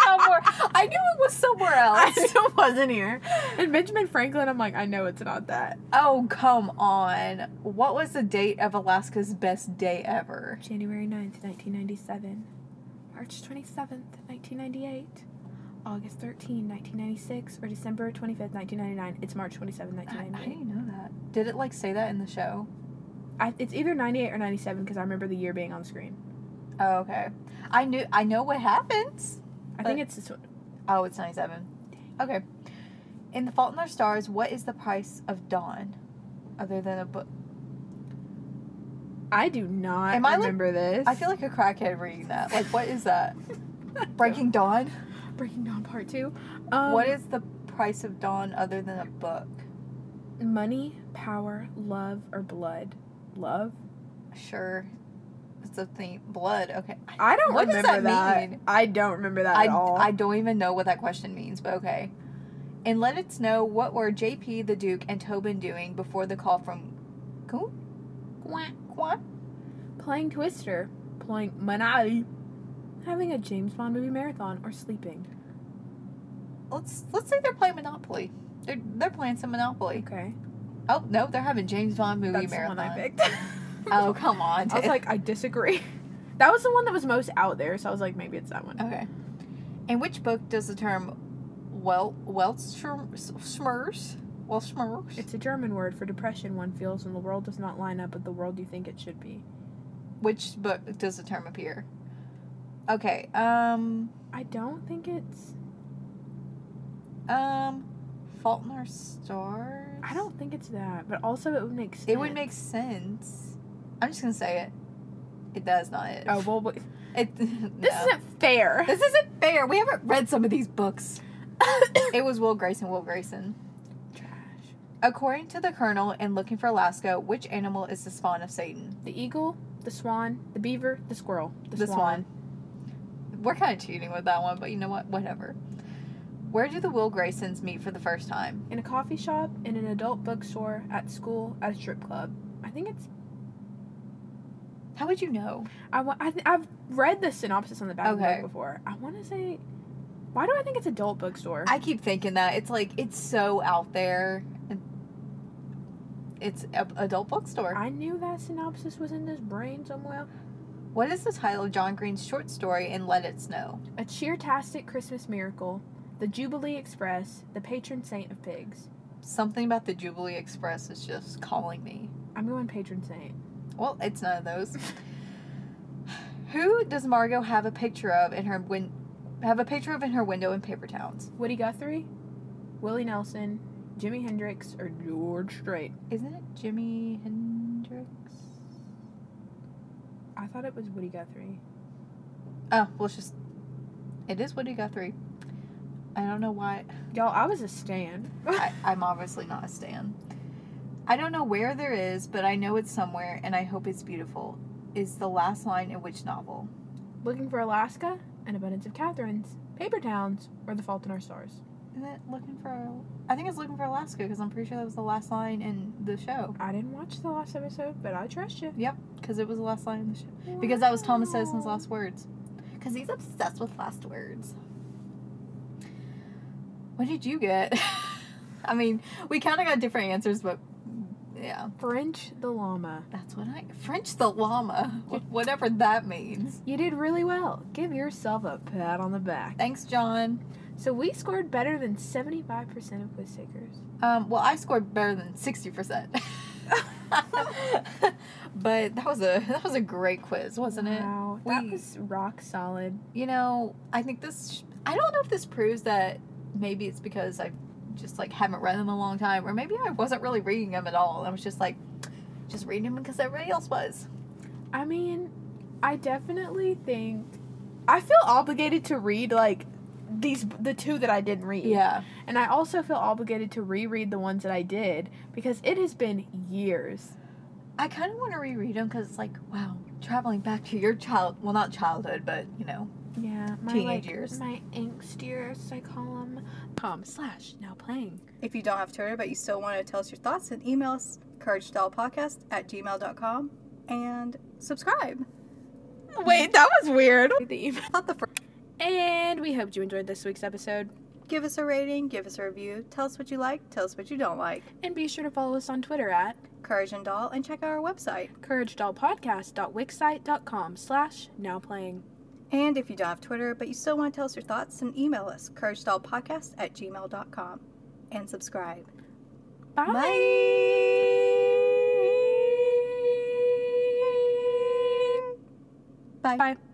somewhere. I knew it was somewhere I else. knew it wasn't here. And Benjamin Franklin, I'm like, I know it's not that. Oh, come on. What was the date of Alaska's best day ever? January 9th, 1997. March 27th, 1998. August 13, 1996. Or December 25th, 1999. It's March 27th, I, I 1998. didn't know that. Did it like say that in the show? I, it's either 98 or 97 because I remember the year being on screen. Oh, okay. I knew I know what happens. I think it's this one. Oh, it's 97. Okay. In The Fault in Our Stars, what is the price of dawn? Other than a book. I do not Am I, like- remember this. I feel like a crackhead reading that. Like what is that? Breaking Dawn? Breaking Dawn Part Two. Um, what is the price of dawn other than a book? money, power, love, or blood? Love. Sure. It's a thing. Blood, okay. I don't What does remember that mean? I don't remember that I, at all. I don't even know what that question means, but okay. And let us know what were JP, the Duke, and Tobin doing before the call from Coon? Quan? playing Twister, playing Monopoly, having a James Bond movie marathon, or sleeping. Let's let's say they're playing Monopoly. They're they're playing some Monopoly. Okay, Oh no, they're having James Bond movie that's marathon. the one I picked. Oh come on. I was like, I disagree. That was the one that was most out there, so I was like, maybe it's that one. Okay. In which book does the term well Weltschmerz Weltschmerz? It's a German word for depression one feels when the world does not line up with the world you think it should be. which book does the term appear? Okay. Um I don't think it's. um Fault in Our Stars. I don't think it's that, but also it would make sense. It would make sense. I'm just going to say it. It does not it. Oh well, but- It this no. isn't fair. This isn't fair. We haven't read some of these books. It was Will Grayson, Will Grayson. Trash. According to the colonel in Looking for Alaska, which animal is the spawn of Satan? The eagle, the swan, the beaver, the squirrel, the, The swan. swan. We're kind of cheating with that one, but you know what? Whatever. Where do the Will Graysons meet for the first time? In a coffee shop, in an adult bookstore, at school, at a strip club. I think it's. How would you know? I, wa- I th- I've read the synopsis on the back of the Okay. book before. I want to say. Why do I think it's adult bookstore? I keep thinking that it's like it's so out there. It's a adult bookstore. I knew that synopsis was in this brain somewhere. What is the title of John Green's short story in Let It Snow? A cheertastic Christmas miracle, the Jubilee Express, the patron saint of pigs. Something about the Jubilee Express is just calling me. I'm going patron saint. Well, it's none of those. Who does Margot have a picture of in her win- have a picture of in her window in Paper Towns? Woody Guthrie, Willie Nelson, Jimi Hendrix, or George Strait. Isn't it Jimi Hendrix? I thought it was Woody Guthrie. Oh, well, it's just it is Woody Guthrie. I don't know why. Y'all, I was a stan. I, I'm obviously not a stan. I don't know where there is, but I know it's somewhere, and I hope it's beautiful. Is the last line in which novel? Looking for Alaska, an abundance of Catherines, Paper Towns, or The Fault in Our Stars. Isn't it looking for? I think it's looking for Alaska because I'm pretty sure that was the last line in the show. I didn't watch the last episode, but I trust you. Because it was the last line in the show. Because that was Thomas Edison's last words. Because he's obsessed with last words. What did you get? I mean, we kind of got different answers, but yeah, French the llama. that's what I. French the llama, wh- whatever that means. You did really well. Give yourself a pat on the back. Thanks, John. So we scored better than 75% of quiz takers. Um, well, I scored better than sixty percent. but that was a that was a great quiz, wasn't it? Wow, that We- was rock solid. you know, I think this. I don't know if this proves that maybe it's because I just like haven't read them in a long time, or maybe I wasn't really reading them at all. I was just like, just reading them because everybody else was. I mean, I definitely think I feel obligated to read like these the two that I didn't read. Yeah, And I also feel obligated to reread the ones that I did because it has been years. I kind of want to reread them because it's like, wow, traveling back to your child. Well, not childhood, but you know, Yeah, my Teenage years. my angst years, I call them. Com slash now playing. If you don't have Twitter but you still want to tell us your thoughts, then email us couragedollpodcast at gmail.com and subscribe. Wait, that was weird. Not the first. And we hoped you enjoyed this week's episode. Give us a rating, give us a review, tell us what you like, tell us what you don't like. And be sure to follow us on Twitter at Courage and Doll, and check out our website. couragedollpodcast.wixsite.com slash now playing. And if you don't have Twitter but you still want to tell us your thoughts, then email us couragedollpodcast at gmail.com and subscribe. Bye. Bye. Bye.